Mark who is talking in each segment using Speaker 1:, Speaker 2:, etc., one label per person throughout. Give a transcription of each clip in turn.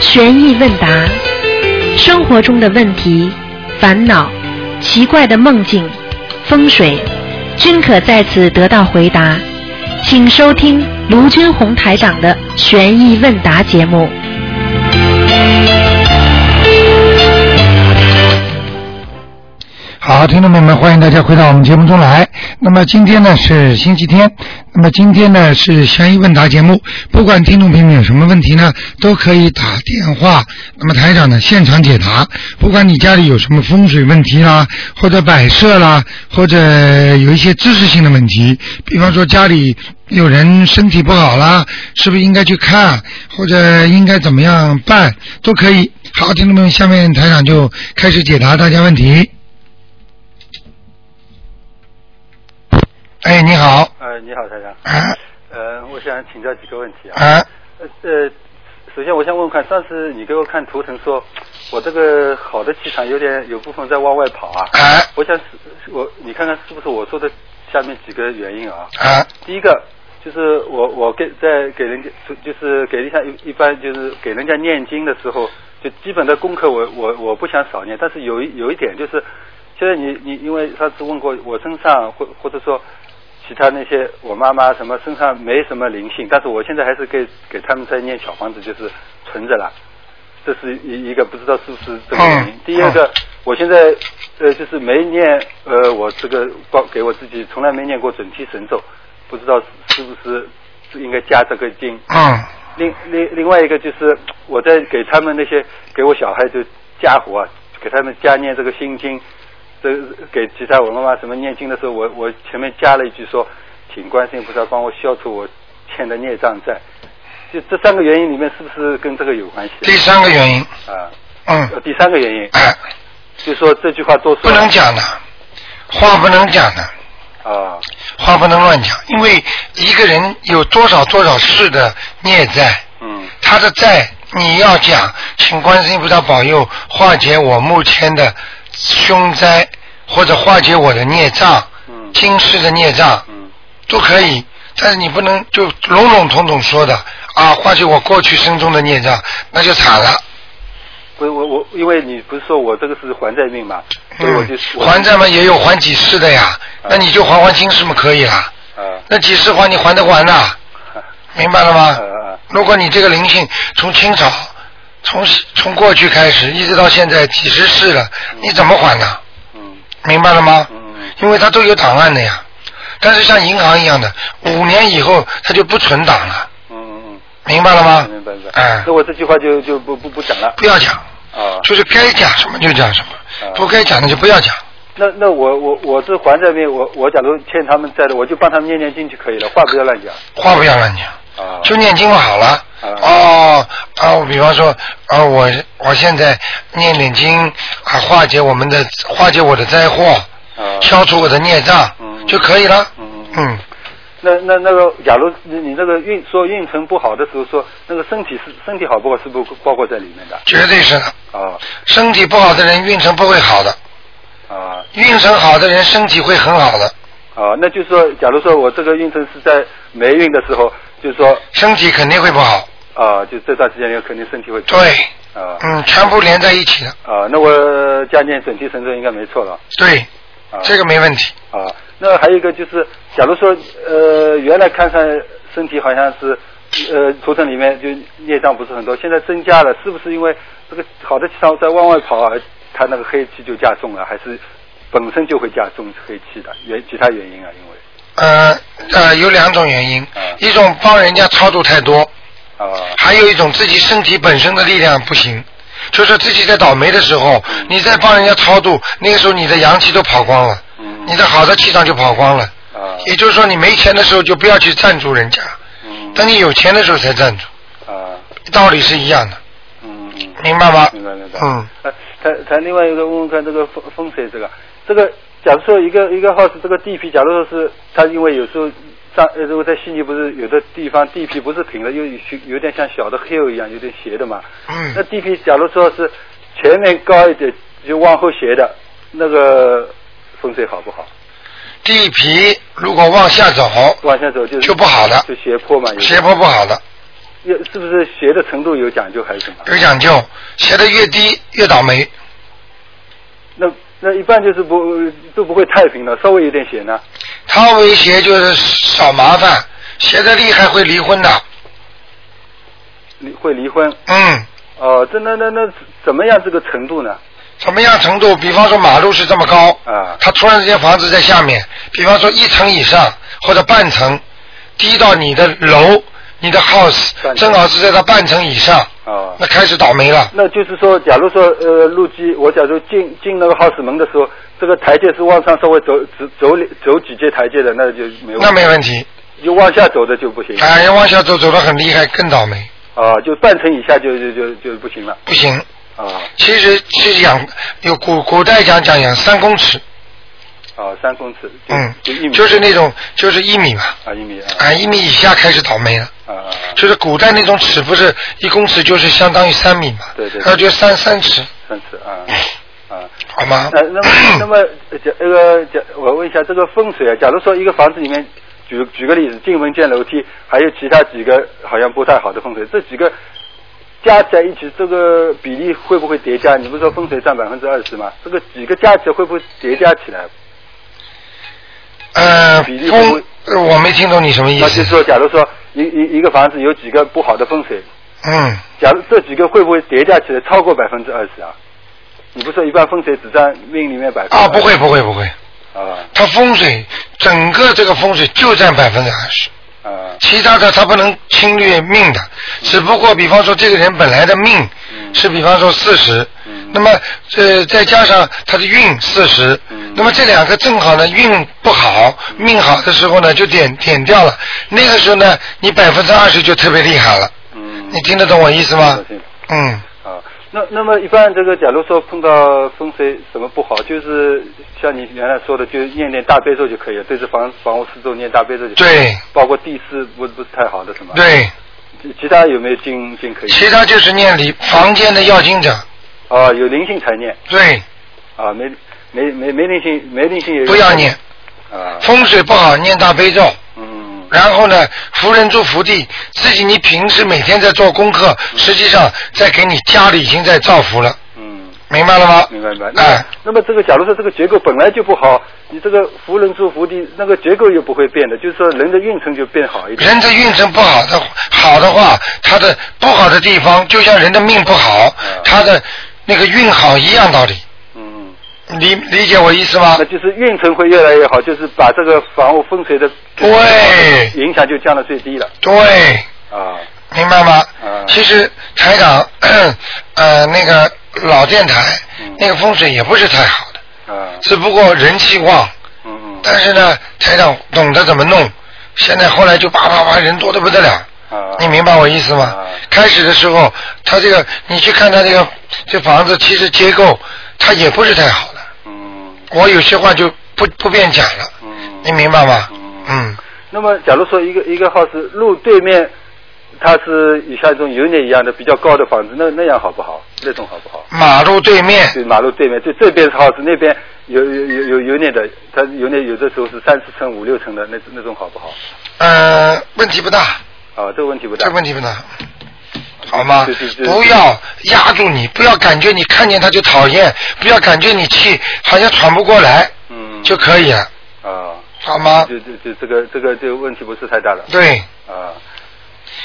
Speaker 1: 悬疑问答，生活中的问题、烦恼、奇怪的梦境、风水，均可在此得到回答。请收听卢军红台长的悬疑问答节目。
Speaker 2: 好，听众朋友们，欢迎大家回到我们节目中来。那么今天呢是星期天，那么今天呢是悬疑问答节目。不管听众朋友们有什么问题呢，都可以打电话，那么台长呢现场解答。不管你家里有什么风水问题啦，或者摆设啦，或者有一些知识性的问题，比方说家里有人身体不好啦，是不是应该去看，或者应该怎么样办，都可以。好，听众朋友们，下面台长就开始解答大家问题。哎，你好，
Speaker 3: 呃，你好，台长。
Speaker 2: 啊
Speaker 3: 呃，我想请教几个问题啊。
Speaker 2: 啊，
Speaker 3: 呃，呃首先我想问问看，上次你给我看图腾说，我这个好的气场有点有部分在往外跑啊。
Speaker 2: 哎
Speaker 3: 我想是是我你看看是不是我说的下面几个原因啊？
Speaker 2: 啊
Speaker 3: 第一个就是我我给在给人家就是给人家一一般就是给人家念经的时候，就基本的功课我我我不想少念，但是有一有一点就是，现在你你因为上次问过我身上或或者说其他那些我妈妈什么身上没什么灵性，但是我现在还是给给他们在念小房子，就是存着了。这是一一个不知道是不是这个原因。
Speaker 2: 嗯
Speaker 3: 第二个，我现在呃就是没念呃我这个报给我自己从来没念过准提神咒，不知道是不是应该加这个经。
Speaker 2: 啊
Speaker 3: 另另另外一个就是我在给他们那些给我小孩就家伙啊，给他们加念这个心经，这给其他我妈妈什么念经的时候，我我前面加了一句说，请观世音菩萨帮我消除我欠的孽障债。就这三个原因里面，是不是跟这个有关系
Speaker 2: 第三个原因，
Speaker 3: 啊？
Speaker 2: 嗯，
Speaker 3: 呃第三个原因，
Speaker 2: 哎，
Speaker 3: 就说这句话多
Speaker 2: 不
Speaker 3: 说
Speaker 2: 能讲的，话不能讲的，
Speaker 3: 啊
Speaker 2: 话不能乱讲，因为一个人有多少多少事的孽债，
Speaker 3: 嗯
Speaker 2: 他的债你要讲，请观世音菩萨保佑化解我目前的凶灾，或者化解我的孽障，
Speaker 3: 嗯
Speaker 2: 今世的孽障，
Speaker 3: 嗯
Speaker 2: 都可以，但是你不能就笼笼统统说的啊，化解我过去生中的孽障，那就惨了。
Speaker 3: 不是我我，因为你不是说我这个是还债命嘛，所以我就
Speaker 2: 嗯，还债嘛也有还几世的呀，
Speaker 3: 啊
Speaker 2: 那你就还还今世嘛可以了，
Speaker 3: 啊
Speaker 2: 那几世还你还得还 呐，明白了
Speaker 3: 啊
Speaker 2: 吗？
Speaker 3: 啊
Speaker 2: 如果你这个灵性从清朝，从从过去开始一直到现在几十世了，你怎么还呢？
Speaker 3: 嗯
Speaker 2: 明白了吗？
Speaker 3: 嗯
Speaker 2: 因为它都有档案的呀，但是像银行一样的，五年以后它就不存档了，
Speaker 3: 嗯
Speaker 2: 明白了吗
Speaker 3: 嗯，？明白明白。
Speaker 2: 哎
Speaker 3: 那我这句话就就不不不讲了
Speaker 2: 不要讲，
Speaker 3: 啊。
Speaker 2: 就是该讲什么就讲什么，
Speaker 3: 啊
Speaker 2: 不该讲的就不要讲。
Speaker 3: 那那我我我是还债命，我我假如欠他们债的，我就帮他们念念经就可以了，话不要乱讲
Speaker 2: 话不要乱讲，
Speaker 3: 啊。
Speaker 2: 就念经好了。
Speaker 3: 啊
Speaker 2: 哦啊，我比方说啊，我我现在念点经啊，化解我们的化解我的灾祸，
Speaker 3: 啊
Speaker 2: 消除我的孽障、
Speaker 3: 嗯
Speaker 2: 就可以了。
Speaker 3: 嗯嗯。
Speaker 2: 嗯，
Speaker 3: 那那那个，假如你你那个运说运程不好的时候说，那个身体是身体好不好是不是包括在里面的
Speaker 2: 绝对是的。
Speaker 3: 啊
Speaker 2: 身体不好的人运程不会好的，
Speaker 3: 啊。
Speaker 2: 运程好的人身体会很好的，
Speaker 3: 啊，那就是说，假如说我这个运程是在霉运的时候，就是说，
Speaker 2: 身体肯定会不好。
Speaker 3: 啊、就这段时间里肯定身体会不好
Speaker 2: 对，
Speaker 3: 啊
Speaker 2: 嗯，全部连在一起的，
Speaker 3: 啊，那我加念准提神咒应该没错了
Speaker 2: 对，
Speaker 3: 啊。
Speaker 2: 这个没问题。
Speaker 3: 啊，那还有一个就是，假如说呃，原来看上身体好像是呃图腾里面就孽障不是很多，现在增加了，是不是因为这个好的气场在往外跑啊，它那个黑气就加重了，还是本身就会加重黑气的原其他原因啊？因为
Speaker 2: 呃呃，有两种原因
Speaker 3: 嗯，
Speaker 2: 一种帮人家超度太多，
Speaker 3: 啊
Speaker 2: 还有一种自己身体本身的力量不行，就是自己在倒霉的时候，
Speaker 3: 嗯
Speaker 2: 你在帮人家超度，那个时候你的阳气都跑光了，
Speaker 3: 嗯
Speaker 2: 你的好的气场就跑光了。
Speaker 3: 啊
Speaker 2: 也就是说，你没钱的时候就不要去赞助人家，
Speaker 3: 嗯
Speaker 2: 等你有钱的时候才赞助，
Speaker 3: 啊
Speaker 2: 道理是一样的，
Speaker 3: 嗯嗯。
Speaker 2: 明白吗？
Speaker 3: 明白明白。
Speaker 2: 嗯，
Speaker 3: 呃。谈谈另外一个问问看这个风风水这个，这个假如说一个一个 house 这个地皮，假如说是它因为有时候上呃，如果在悉尼不是有的地方地皮不是平的，又有有点像小的 hill 一样，有点斜的嘛。
Speaker 2: 嗯
Speaker 3: 那地皮假如说是前面高一点，就往后斜的，那个风水好不好？
Speaker 2: 地皮如果往下走，
Speaker 3: 往下走就是
Speaker 2: 就不好的
Speaker 3: 就斜坡嘛，有
Speaker 2: 斜坡不好的，
Speaker 3: 要是不是学的程度有讲究还是什么？
Speaker 2: 有讲究，学的越低越倒霉。
Speaker 3: 那那一般就是不都不会太平的，稍微有点血呢。
Speaker 2: 他为学就是少麻烦，学的厉害会离婚的。
Speaker 3: 离会离婚
Speaker 2: 嗯，
Speaker 3: 哦，这那那那怎么样这个程度呢？
Speaker 2: 什么样程度？比方说马路是这么高，
Speaker 3: 啊，
Speaker 2: 他突然之间房子在下面，比方说一层以上或者半层，低到你的楼、你的 house，
Speaker 3: 半层
Speaker 2: 正好是在它半层以上，
Speaker 3: 哦，
Speaker 2: 那开始倒霉了。
Speaker 3: 那就是说，假如说呃，路基我假如进进那个 house 门的时候，这个台阶是往上稍微走走走里走几阶台阶的，那就没问题。
Speaker 2: 那没问题，
Speaker 3: 就往下走的就不行。
Speaker 2: 哎，要往下走走得很厉害，更倒霉，
Speaker 3: 啊，就半层以下就就就就不行了。
Speaker 2: 不行。
Speaker 3: 啊
Speaker 2: 其实是养有古古代讲讲养三公尺，
Speaker 3: 啊，三公尺，就
Speaker 2: 嗯
Speaker 3: 就一，米，
Speaker 2: 就是那种就是一米嘛，
Speaker 3: 啊一米啊
Speaker 2: 啊，一米以下开始倒霉了。
Speaker 3: 啊啊，啊
Speaker 2: 就是古代那种尺不是一公尺就是相当于三米嘛，
Speaker 3: 对对对
Speaker 2: 那就三三尺，
Speaker 3: 三尺啊啊。
Speaker 2: 好吗？
Speaker 3: 那 那么那么呃假那个假，我问一下这个风水啊，假如说一个房子里面。举举个例子，进门见楼梯，还有其他几个好像不太好的风水，这几个加在一起，这个比例会不会叠加？你不是说风水占百分之二十吗？这个几个加起来会不会叠加起来？
Speaker 2: 呃，
Speaker 3: 比例
Speaker 2: 风
Speaker 3: 不，
Speaker 2: 呃我没听懂你什么意
Speaker 3: 那就是
Speaker 2: 思。
Speaker 3: 说，假如说一一一个房子有几个不好的风水，
Speaker 2: 嗯，
Speaker 3: 假如这几个会不会叠加起来超过百分之二十啊？你不是说一般风水只占命里面百分
Speaker 2: 啊，不会不会不会，
Speaker 3: 啊
Speaker 2: 它风水整个这个风水就占百分之二十，
Speaker 3: 啊
Speaker 2: 其他的它不能侵略命的，只不过比方说这个人本来的命
Speaker 3: 嗯
Speaker 2: 是比方说四十
Speaker 3: 嗯，
Speaker 2: 那么呃再加上他的运四十
Speaker 3: 嗯，
Speaker 2: 那么这两个正好呢运不好，命好的时候呢就点点掉了，那个时候呢你百分之二十就特别厉害了，
Speaker 3: 嗯，
Speaker 2: 你听得懂我意思吗？
Speaker 3: 听得懂
Speaker 2: 嗯，
Speaker 3: 啊，那那么一般这个，假如说碰到风水什么不好，就是像你原来说的，就念念大悲咒就可以了，对着房房屋四周念大悲咒就可以了。
Speaker 2: 对
Speaker 3: 包括地势不不是太好的什么。。
Speaker 2: 对，
Speaker 3: 其其他有没有经经可以？
Speaker 2: 其他就是念里房间的要经者，
Speaker 3: 啊，有灵性才念
Speaker 2: 对，
Speaker 3: 啊，没没没没灵性没灵性也有
Speaker 2: 不要念，
Speaker 3: 啊。
Speaker 2: 风水不好念大悲咒。
Speaker 3: 嗯
Speaker 2: 然后呢，福人住福地，自己你平时每天在做功课，实际上在给你家里已经在造福了，
Speaker 3: 嗯。
Speaker 2: 明白了吗？
Speaker 3: 明白明白。
Speaker 2: 哎
Speaker 3: 那那么这个，假如说这个结构本来就不好，你这个福人住福地，那个结构又不会变的，就是说人的运程就变好一点。
Speaker 2: 人的运程不好的好的话，他的不好的地方就像人的命不好
Speaker 3: 嗯，
Speaker 2: 他的那个运好一样道理，
Speaker 3: 嗯，
Speaker 2: 理理解我意思吗
Speaker 3: 那？就是运程会越来越好，就是把这个房屋风水的
Speaker 2: 对
Speaker 3: 影响就降到最低了
Speaker 2: 对，
Speaker 3: 啊。
Speaker 2: 明白吗？
Speaker 3: 嗯
Speaker 2: 其实台长， 呃，那个老电台
Speaker 3: 嗯
Speaker 2: 那个风水也不是太好的，
Speaker 3: 啊，
Speaker 2: 只不过人气旺，
Speaker 3: 嗯嗯
Speaker 2: 但是呢，台长懂得怎么弄，现在后来就叭叭叭人多的不得了，
Speaker 3: 啊，
Speaker 2: 你明白我意思吗
Speaker 3: 啊？
Speaker 2: 开始的时候，他这个你去看他这个这房子，其实结构它也不是太好的，
Speaker 3: 嗯
Speaker 2: 我有些话就不不便讲了，
Speaker 3: 嗯，
Speaker 2: 你明白吗
Speaker 3: 嗯？
Speaker 2: 嗯，
Speaker 3: 那么，假如说一个一个 house 路对面，它是以下这种有点一样的比较高的房子，那那样好不好？那种好不好？
Speaker 2: 马路对面
Speaker 3: 对，马路对面，就这边是 house，那边有有有有有点的，它有点有的时候是三四层、五六层的那那种好不好？
Speaker 2: 呃，问题不大，
Speaker 3: 啊，这个问题嗯不大
Speaker 2: 这。问题不大，好吗
Speaker 3: 对对？对
Speaker 2: 不要压住你，不要感觉你看见他就讨厌，不要感觉你气好像喘不过来
Speaker 3: 嗯，
Speaker 2: 就可以了，
Speaker 3: 啊，
Speaker 2: 好吗？
Speaker 3: 就就就这个这个这个问题不是太大了
Speaker 2: 对，
Speaker 3: 啊。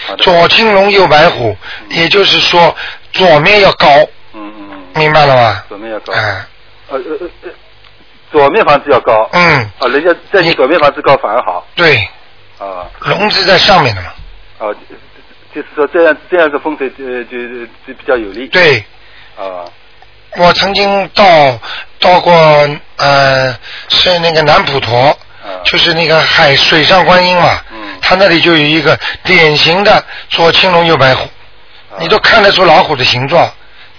Speaker 3: 好的，
Speaker 2: 左青龙右白虎，也就是说左面要高，
Speaker 3: 嗯嗯嗯，
Speaker 2: 明白了吗？
Speaker 3: 左面要高，
Speaker 2: 哎，
Speaker 3: 呃呃呃呃，左面房子要高，
Speaker 2: 嗯，
Speaker 3: 啊，人家在你左面房子高反而好
Speaker 2: 对，
Speaker 3: 啊
Speaker 2: 龙是在上面的嘛，
Speaker 3: 啊，就是说这样这样的风水呃就就比较有利
Speaker 2: 对。
Speaker 3: 啊
Speaker 2: 我曾经到到过，呃，是那个南普陀，
Speaker 3: 啊
Speaker 2: 就是那个海水上观音嘛，
Speaker 3: 嗯
Speaker 2: 他那里就有一个典型的左青龙右白虎，
Speaker 3: 啊
Speaker 2: 你都看得出老虎的形状，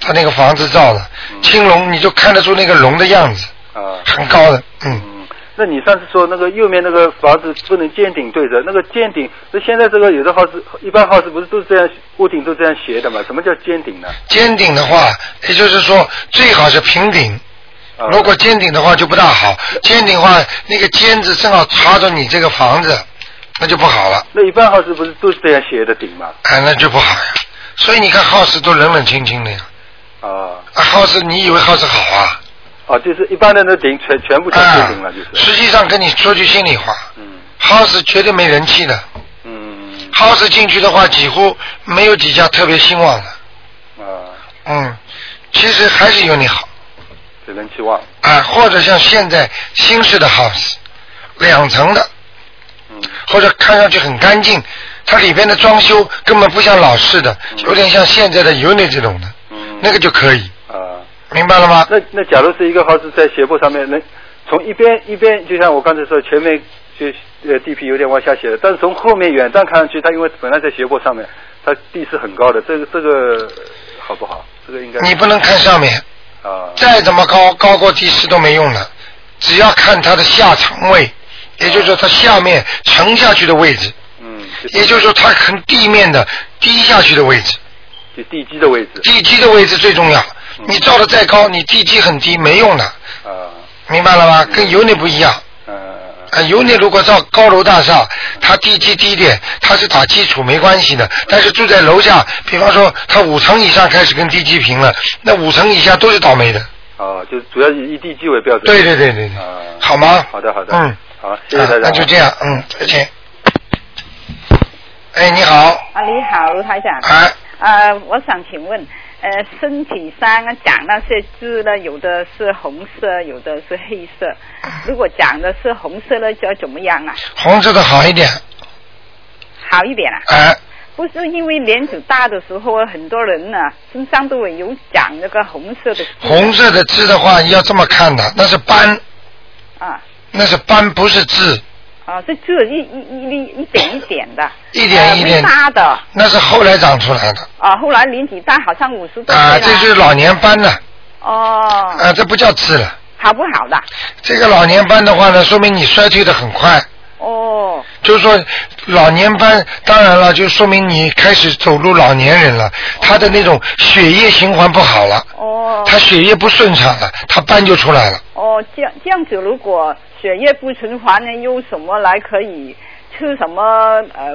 Speaker 2: 他那个房子造的，
Speaker 3: 嗯
Speaker 2: 青龙你就看得出那个龙的样子，
Speaker 3: 啊
Speaker 2: 很高的，嗯，
Speaker 3: 嗯。那你上次说那个右面那个房子不能尖顶对着，那个尖顶，那现在这个有的 house 一般 house 不是都是这样屋顶都这样斜的嘛？什么叫尖顶呢？
Speaker 2: 尖顶的话，也就是说最好是平顶，
Speaker 3: 啊、
Speaker 2: 如果尖顶的话就不大好，尖顶的话那个尖子正好插着你这个房子，那就不好了，
Speaker 3: 那一般号是不是都是这样斜着顶嘛？
Speaker 2: 哎，那就不好呀。所以你看 house 都冷冷清清的呀，
Speaker 3: 啊，
Speaker 2: 啊 house 你以为 house 好啊？
Speaker 3: 哦，就是一般的那顶全全部全
Speaker 2: 啊
Speaker 3: 是顶了，就，是。
Speaker 2: 实际上跟你说句心里话
Speaker 3: 嗯
Speaker 2: ，house 绝对没人气的
Speaker 3: 嗯
Speaker 2: ，house 进去的话几乎没有几家特别兴旺的，
Speaker 3: 啊，
Speaker 2: 嗯，其实还是有你好。
Speaker 3: 只能期望。
Speaker 2: 啊，或者像现在新式的 house，两层的，
Speaker 3: 嗯
Speaker 2: 或者看上去很干净，它里边的装修根本不像老式的，
Speaker 3: 嗯
Speaker 2: 有点像现在的 unit 这种的，
Speaker 3: 嗯。
Speaker 2: 那个就可以，
Speaker 3: 啊，
Speaker 2: 明白了吗？
Speaker 3: 那那假如是一个号是在斜坡上面，能从一边一边，就像我刚才说，前面就呃地皮有点往下斜了，但是从后面远站看上去，它因为本来在斜坡上面，它地是很高的，这个这个好不好？这个应该
Speaker 2: 你不能看上面，
Speaker 3: 啊，
Speaker 2: 再怎么高，高过第四都没用的，只要看它的下层位，也就是说它下面沉下去的位置，
Speaker 3: 嗯，
Speaker 2: 也就是说它很地面的低下去的位置，
Speaker 3: 就地基的位置
Speaker 2: 地基的位置最重要。
Speaker 3: 嗯
Speaker 2: 你造的再高，你地基很低没用的，
Speaker 3: 啊，
Speaker 2: 明白了吗？跟油腻不一样。
Speaker 3: 嗯
Speaker 2: 啊，油腻如果造高楼大厦，它地基低一点，它是打基础没关系的。但是住在楼下，比方说它五层以上开始跟地基平了，那五层以下都是倒霉的。
Speaker 3: 啊，就主要以地基为标准。
Speaker 2: 对对对对对，
Speaker 3: 啊，
Speaker 2: 好吗？
Speaker 3: 好的好的，
Speaker 2: 嗯，，
Speaker 3: 好，谢谢大
Speaker 2: 啊
Speaker 3: 家。
Speaker 2: 那就这样，嗯，再见。哎，你好，
Speaker 4: 啊，你好，卢台长。
Speaker 2: 哎，
Speaker 4: 呃，我想请问，呃，身体上长那些痣呢，有的是红色，有的是黑色。如果长的是红色呢，就要怎么样啊？
Speaker 2: 红色的好一点，
Speaker 4: 好一点啊？
Speaker 2: 哎，
Speaker 4: 不是因为年纪大的时候，很多人呢、身上都会有长那个红色的痣
Speaker 2: 红色的痣的话要这么看的，那是斑，
Speaker 4: 啊
Speaker 2: 那是斑，不是痣，
Speaker 4: 啊，这痣一一一一一点一点的，
Speaker 2: 一点一
Speaker 4: 呃、没
Speaker 2: 点
Speaker 4: 大的
Speaker 2: 那是后来长出来的。
Speaker 4: 啊。后来年纪大，好像五十多岁
Speaker 2: 啊，
Speaker 4: 了。
Speaker 2: 这就是老年斑了，
Speaker 3: 嗯
Speaker 4: 哦，
Speaker 2: 啊，这不叫痣了。
Speaker 4: 好不好的？
Speaker 2: 这个老年斑的话呢，说明你衰退的很快，
Speaker 4: 哦，
Speaker 2: 就是说老年斑，当然了，就说明你开始走入老年人了，他的那种血液循环不好了，
Speaker 4: 哦。
Speaker 2: 他血液不顺畅了，他斑就出来了。
Speaker 4: 哦，这样这样子，如果血液不循环呢，用什么来可以吃什么呃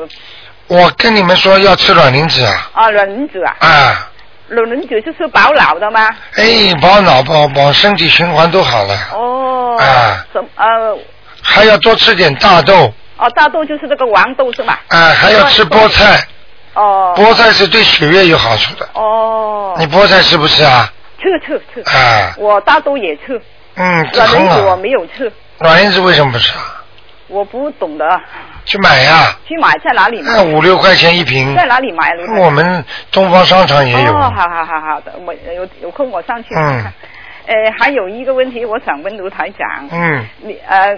Speaker 2: 我跟你们说要吃卵磷脂啊，
Speaker 4: 啊卵磷脂啊？
Speaker 2: 啊，
Speaker 4: 卵磷脂就是保老的吗？
Speaker 2: 哎，保脑保保身体循环都好了，
Speaker 4: 哦，
Speaker 2: 啊
Speaker 4: 什么呃
Speaker 2: 还要多吃点大豆，
Speaker 4: 哦大豆就是那个黄豆是吧？
Speaker 2: 啊，还要吃菠菜，
Speaker 4: 哦
Speaker 2: 菠菜是对血液有好处的。
Speaker 4: 哦，
Speaker 2: 你菠菜吃不吃啊？
Speaker 4: 吃吃吃，
Speaker 2: 啊，
Speaker 4: 我大豆也吃，
Speaker 2: 嗯，这
Speaker 4: 卵
Speaker 2: 很
Speaker 4: 磷脂我
Speaker 2: 好。
Speaker 4: 没有吃，
Speaker 2: 软银子为什么不吃啊？
Speaker 4: 我不懂得
Speaker 2: 去买呀、
Speaker 4: 去买在哪里买？
Speaker 2: 那五六块钱一瓶，
Speaker 4: 在哪里买？卢台
Speaker 2: 我们东方商场也有。
Speaker 4: 嗯
Speaker 2: 嗯啊
Speaker 4: 哦，好好好好的，我有有空我上去看看。呃，还有一个问题，我想问卢台长，
Speaker 2: 嗯，
Speaker 4: 你呃，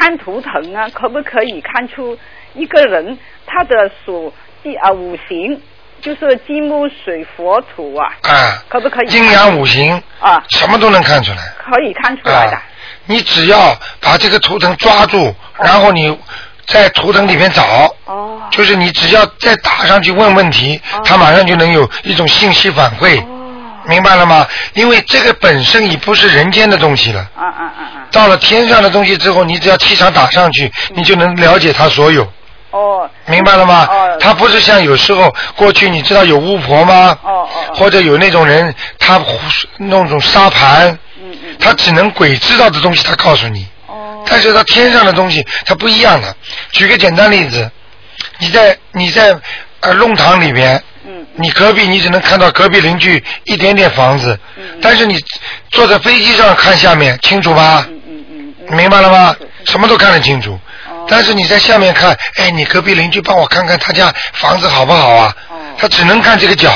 Speaker 4: 看图腾啊，可不可以看出一个人他的属地啊五行，就是金木水火土啊，
Speaker 2: 啊，
Speaker 4: 可不可以看出？
Speaker 2: 阴阳五行
Speaker 4: 啊，
Speaker 2: 什么都能看出来。
Speaker 4: 可以看出来的
Speaker 2: 啊。，你只要把这个图腾抓住，然后你在图腾里面找，
Speaker 4: 哦
Speaker 2: 就是你只要再打上去问问题，
Speaker 4: 哦
Speaker 2: 它马上就能有一种信息反馈，
Speaker 4: 哦，
Speaker 2: 明白了吗？因为这个本身已不是人间的东西了。
Speaker 4: 啊啊啊啊，
Speaker 2: 到了天上的东西之后，你只要气场打上去，你就能了解它所有，
Speaker 4: 嗯哦
Speaker 2: 明白了吗
Speaker 4: 哦？
Speaker 2: 它不是像有时候过去你知道有巫婆吗？
Speaker 4: 哦哦，
Speaker 2: 或者有那种人他胡弄种沙盘，
Speaker 4: 嗯嗯，
Speaker 2: 他只能鬼知道的东西他告诉你，
Speaker 4: 哦
Speaker 2: 但是他天上的东西它不一样的。举个简单例子，你在你在呃弄堂里边，
Speaker 4: 嗯嗯
Speaker 2: 你隔壁你只能看到隔壁邻居一点点房子，
Speaker 4: 嗯
Speaker 2: 但是你坐在飞机上看下面清楚吧？
Speaker 4: 嗯嗯嗯嗯，
Speaker 2: 明白了吗
Speaker 4: 是？是
Speaker 2: 什么都看得清楚
Speaker 4: 哦，
Speaker 2: 但是你在下面看，哎，你隔壁邻居帮我看看他家房子好不好啊
Speaker 4: 哦？
Speaker 2: 他只能看这个角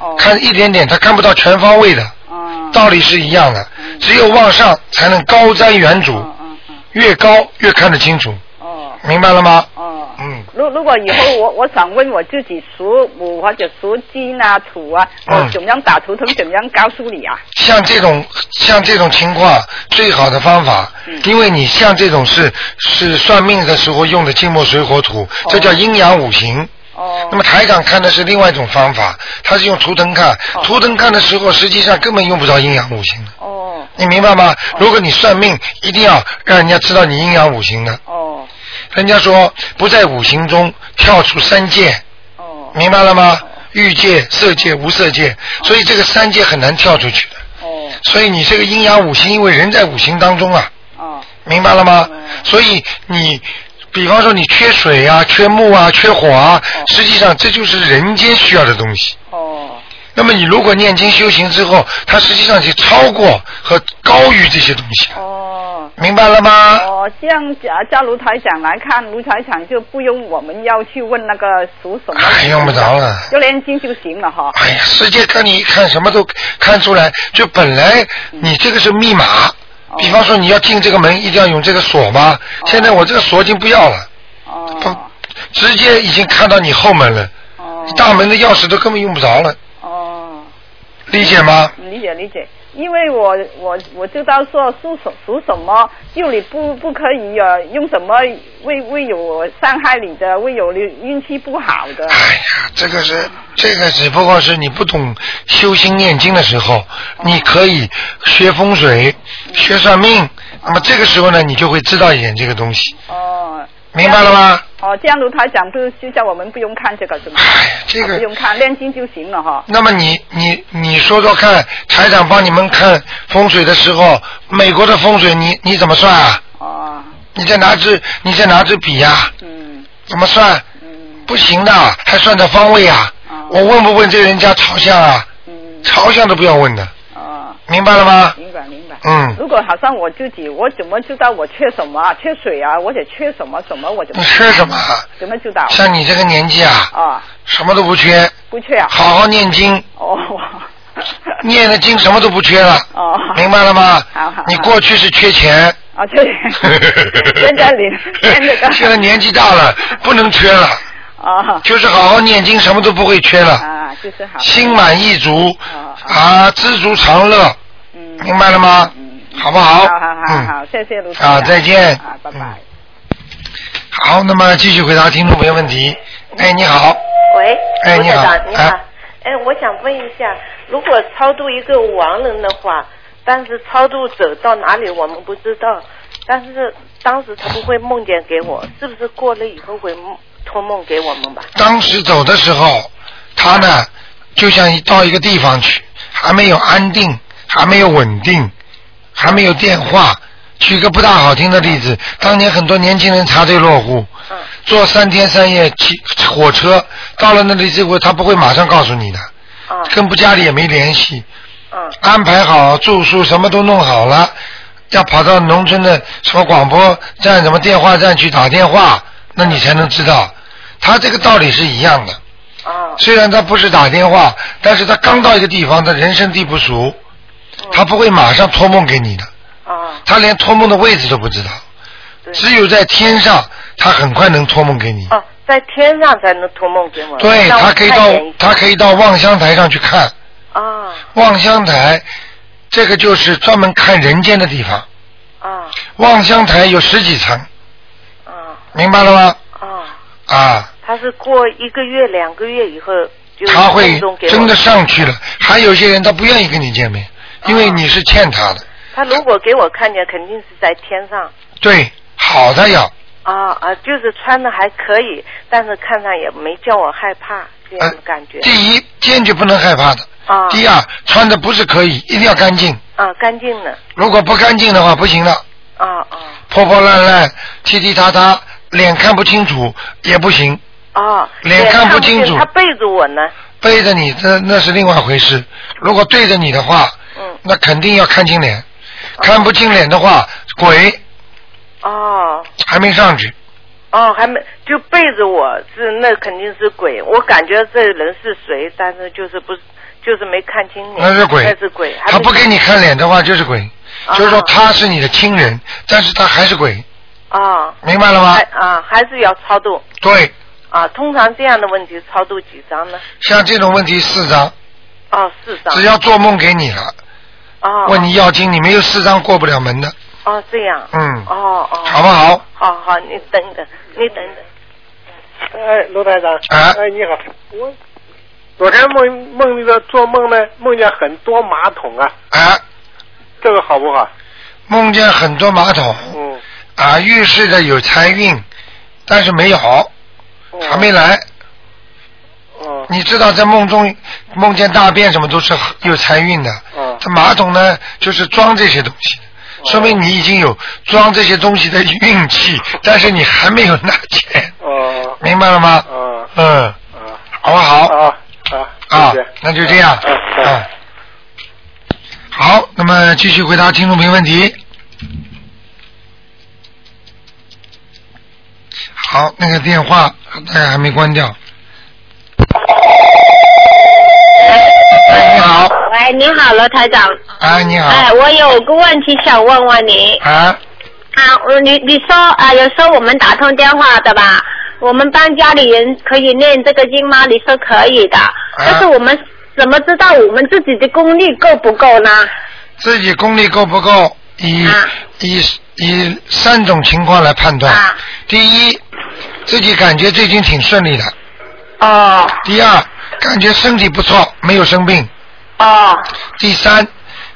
Speaker 4: 哦，
Speaker 2: 看一点点，他看不到全方位的，
Speaker 4: 哦
Speaker 2: 道理是一样的
Speaker 4: 嗯。
Speaker 2: 只有往上才能高瞻远瞩，
Speaker 4: 嗯嗯嗯
Speaker 2: 越高越看得清楚，
Speaker 4: 哦。
Speaker 2: 明白了吗？
Speaker 4: 哦，
Speaker 2: 嗯
Speaker 4: 如如果以后我我想问我自己属母或者属鸡啊、土啊，
Speaker 2: 嗯
Speaker 4: 我怎么样打图腾，怎么样告诉你啊？
Speaker 2: 像这种像这种情况，最好的方法，
Speaker 4: 嗯
Speaker 2: 因为你像这种是是算命的时候用的金木水火土，这叫阴阳五行。
Speaker 4: 哦，
Speaker 2: 那么台长看的是另外一种方法，他是用图腾看
Speaker 4: 哦，
Speaker 2: 图腾看的时候，实际上根本用不着阴阳五行的。
Speaker 4: 哦，
Speaker 2: 你明白吗？如果你算命，一定要让人家知道你阴阳五行的。
Speaker 4: 哦
Speaker 2: 人家说不在五行中跳出三界，
Speaker 4: 哦
Speaker 2: 明白了吗？欲界、色界、无色界，所以这个三界很难跳出去的。
Speaker 4: 哦
Speaker 2: 所以你这个阴阳五行，因为人在五行当中啊，
Speaker 4: 哦
Speaker 2: 明白了吗
Speaker 4: 嗯？
Speaker 2: 所以你，比方说你缺水啊、缺木啊、缺火啊，实际上这就是人间需要的东西。
Speaker 4: 哦
Speaker 2: 那么你如果念经修行之后，它实际上就超过和高于这些东西了，
Speaker 4: 哦
Speaker 2: 明白了吗？
Speaker 4: 哦，这样假叫卢台长来看，卢台长就不用我们要去问那个属什么，
Speaker 2: 哎，用不着了。
Speaker 4: 就念经就行了哈。
Speaker 2: 哎呀，世界看你一看什么都看出来，就本来你这个是密码，
Speaker 4: 嗯哦
Speaker 2: 比方说你要进这个门一定要用这个锁嘛，现在我这个锁已经不要了，
Speaker 4: 哦
Speaker 2: 直接已经看到你后门了，
Speaker 4: 哦
Speaker 2: 大啊门的钥匙都根本用不着了，啊
Speaker 4: 哦。
Speaker 2: 理解吗？
Speaker 4: 嗯理解理解，因为我我我知道说属什属什么，就你不不可以呃用什么为为有伤害你的，为有你运气不好的。
Speaker 2: 哎呀，这个是这个只不过是你不懂修心念经的时
Speaker 4: 哦
Speaker 2: 候，你可以学风水、学算命，那么这个时候呢，你就会知道一点这个东西，
Speaker 4: 哦，
Speaker 2: 明白了吗？
Speaker 4: 哦，这样卢台长不就叫我们不用看这个是吗？啊
Speaker 2: 哎呀，这个
Speaker 4: 不用看，练经就行了哈。
Speaker 2: 那么你你你说说看，台长帮你们看风水的时候，美国的风水你你怎么算啊？
Speaker 4: 哦，
Speaker 2: 你再拿支你再拿支笔呀、
Speaker 4: 嗯
Speaker 2: 怎么算？
Speaker 4: 嗯
Speaker 2: 不行的，还算的方位啊
Speaker 4: 哦？
Speaker 2: 我问不问这人家朝向啊？
Speaker 4: 嗯，
Speaker 2: 朝向都不要问的，
Speaker 4: 哦，
Speaker 2: 明白了吗？
Speaker 4: 明白明白。
Speaker 2: 嗯
Speaker 4: 如果好像我自己，我怎么知道我缺什么啊？缺水啊，或者缺什么什么，我怎
Speaker 2: 你
Speaker 4: 么
Speaker 2: 缺什么啊？
Speaker 4: 怎么知道？
Speaker 2: 像你这个年纪啊，
Speaker 4: 哦，
Speaker 2: 什么都不缺，
Speaker 4: 不缺啊。
Speaker 2: 好好念经，
Speaker 4: 哦，
Speaker 2: 念了经什么都不缺了，
Speaker 4: 哦，
Speaker 2: 明白了吗
Speaker 4: 好好好？
Speaker 2: 你过去是缺钱，
Speaker 4: 啊，对， 现在你现在个
Speaker 2: 现在年纪大了，不能缺了，
Speaker 4: 哦
Speaker 2: 就是好好念经，什么都不会缺了，
Speaker 4: 啊，就是好，
Speaker 2: 心满意足
Speaker 4: 哦哦
Speaker 2: 啊，知足常乐，
Speaker 4: 嗯，
Speaker 2: 明白了吗
Speaker 4: 嗯？嗯
Speaker 2: 好不好？
Speaker 4: 好好好好，
Speaker 2: 嗯，
Speaker 4: 谢谢卢
Speaker 2: 啊再见
Speaker 4: 啊，拜拜。
Speaker 2: 好，那么继续回答听众朋友问题。
Speaker 4: 嗯
Speaker 2: 哎，你好，
Speaker 5: 喂，
Speaker 2: 哎
Speaker 5: 卢
Speaker 2: 你好
Speaker 5: 台长，你好
Speaker 2: 哎。
Speaker 5: 哎，我想问一下，如果超度一个亡人的话，但是超度走到哪里我们不知道，但是当时他不会梦见给我，是不是过了以后会梦托梦给我们吧？
Speaker 2: 当时走的时候，他呢就像一到一个地方去，还没有安定，还没有稳定，还没有电话。举个不大好听的例子，当年很多年轻人插队落户，
Speaker 5: 嗯，
Speaker 2: 坐三天三夜汽火车到了那里之后，他不会马上告诉你的，
Speaker 5: 啊，
Speaker 2: 跟不家里也没联系，
Speaker 5: 嗯，
Speaker 2: 安排好住宿什么都弄好了，要跑到农村的什么广播站、什么电话站去打电话，那你才能知道，他这个道理是一样的。
Speaker 5: 啊，
Speaker 2: 虽然他不是打电话，但是他刚到一个地方，他人生地不熟，
Speaker 5: 嗯
Speaker 2: 他不会马上托梦给你的，
Speaker 5: 啊，
Speaker 2: 他连托梦的位置都不知道，
Speaker 5: 对，
Speaker 2: 只有在天上，他很快能托梦给你。
Speaker 5: 哦、在天上才能托梦给我，
Speaker 2: 对
Speaker 5: 让我
Speaker 2: 他可以
Speaker 5: 看
Speaker 2: 到
Speaker 5: 见一
Speaker 2: 他可以到望乡台上去看
Speaker 5: 啊
Speaker 2: 望乡台，这个就是专门看人间的地方。
Speaker 5: 啊
Speaker 2: 望乡台有十几层，
Speaker 5: 啊
Speaker 2: 明白了吗？
Speaker 5: 啊，
Speaker 2: 啊，
Speaker 5: 他是过一个月、两个月以后就
Speaker 2: 他会
Speaker 5: 梦中给我
Speaker 2: 真的上去了。还有些人他不愿意跟你见面，因为
Speaker 5: 哦
Speaker 2: 你是欠他的。
Speaker 5: 他如果给我看见，肯定是在天上
Speaker 2: 对，好的要。
Speaker 5: 啊啊，就是穿的还可以，但是看上也没叫我害怕这样
Speaker 2: 呃
Speaker 5: 的感觉、
Speaker 2: 第一，坚决不能害怕的。
Speaker 5: 啊
Speaker 2: 第二，穿的不是可以，一定要干净。
Speaker 5: 啊，干净了
Speaker 2: 如果不干净的话，不行了，
Speaker 5: 啊啊
Speaker 2: 破破烂烂、踢踢踏踏，脸看不清楚也不行。
Speaker 5: 啊，
Speaker 2: 脸看
Speaker 5: 看
Speaker 2: 不清楚
Speaker 5: 他背着我呢，
Speaker 2: 背着你，那那是另外回事。如果对着你的话，
Speaker 5: 嗯啊
Speaker 2: 那肯定要看清脸。看不清脸的话，鬼
Speaker 5: 哦
Speaker 2: 还没上去。
Speaker 5: 哦，还没就背着我是那肯定是鬼，我感觉这人是谁，但是就是不就是没看清你，
Speaker 2: 那是鬼，
Speaker 5: 那是鬼，还
Speaker 2: 他不给你看脸的话就是鬼，
Speaker 5: 啊
Speaker 2: 就是说他是你的亲人，但是他还是鬼，
Speaker 5: 啊
Speaker 2: 明白了吗
Speaker 5: 还？啊还是要超度
Speaker 2: 对，
Speaker 5: 啊，通常这样的问题超度几张呢？
Speaker 2: 像这种问题四张，
Speaker 5: 哦，四张。
Speaker 2: 只要做梦给你了，
Speaker 5: 哦
Speaker 2: 问你要经，你没有四张过不了门的，
Speaker 5: 哦，这样。
Speaker 2: 嗯
Speaker 5: 哦哦。
Speaker 2: 好不好？
Speaker 5: 好好，你等等，你等等。
Speaker 6: 哎，罗台长。
Speaker 2: 哎
Speaker 6: 哎，你好。我昨天梦梦里头做梦呢，梦见很多马桶啊，
Speaker 2: 哎，
Speaker 3: 这个好不好？
Speaker 2: 梦见很多马桶
Speaker 3: 嗯，
Speaker 2: 啊，预示着有财运，但是没有，还没来。
Speaker 3: 哦，
Speaker 2: 你知道，在梦中梦见大便什么都是有财运的。
Speaker 3: 嗯
Speaker 2: 这马桶呢，就是装这些东西的，
Speaker 3: 哦
Speaker 2: 说明你已经有装这些东西的运 气，但是你还没有拿钱，
Speaker 3: 哦，
Speaker 2: 明白了吗？
Speaker 3: 嗯，
Speaker 2: 嗯，
Speaker 3: 嗯，
Speaker 2: 好不好？
Speaker 3: 啊啊
Speaker 2: 啊
Speaker 3: 谢谢，
Speaker 2: 那就这样。
Speaker 3: 嗯嗯
Speaker 2: 嗯。好，那么继续回答听众朋友问题。好，那个电话大家还没关掉。哎，你好，
Speaker 7: 喂，你好，罗台长。
Speaker 2: 哎，你好
Speaker 7: 哎，，我有个问题想问问你
Speaker 2: 啊，
Speaker 7: 啊，我你你说啊，有时候我们打通电话的吧，我们帮家里人可以念这个经吗？你说可以的，
Speaker 2: 啊
Speaker 7: 但是我们怎么知道我们自己的功力够不够呢？
Speaker 2: 自己功力够不够？以
Speaker 7: 啊
Speaker 2: 以以三种情况来判断
Speaker 7: 啊。
Speaker 2: 第一，自己感觉最近挺顺利的；
Speaker 7: 哦
Speaker 2: 第二，感觉身体不错，没有生病；
Speaker 7: 哦
Speaker 2: 第三，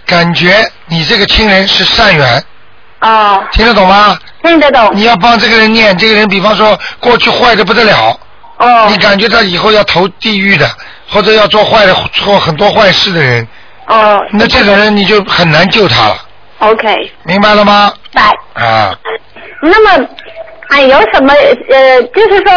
Speaker 2: 感觉你这个亲人是善缘，
Speaker 7: 哦，
Speaker 2: 听得懂吗？
Speaker 7: 听得懂
Speaker 2: 你要帮这个人念，这个人比方说过去坏的不得了，
Speaker 7: 哦
Speaker 2: 你感觉他以后要投地狱的，或者要做坏的做很多坏事的人，
Speaker 7: 哦
Speaker 2: 那这种人你就很难救他了，
Speaker 7: ，OK，
Speaker 2: 明白了吗？
Speaker 7: 拜。
Speaker 2: 啊，
Speaker 7: 那么，哎，有什么呃，就是说，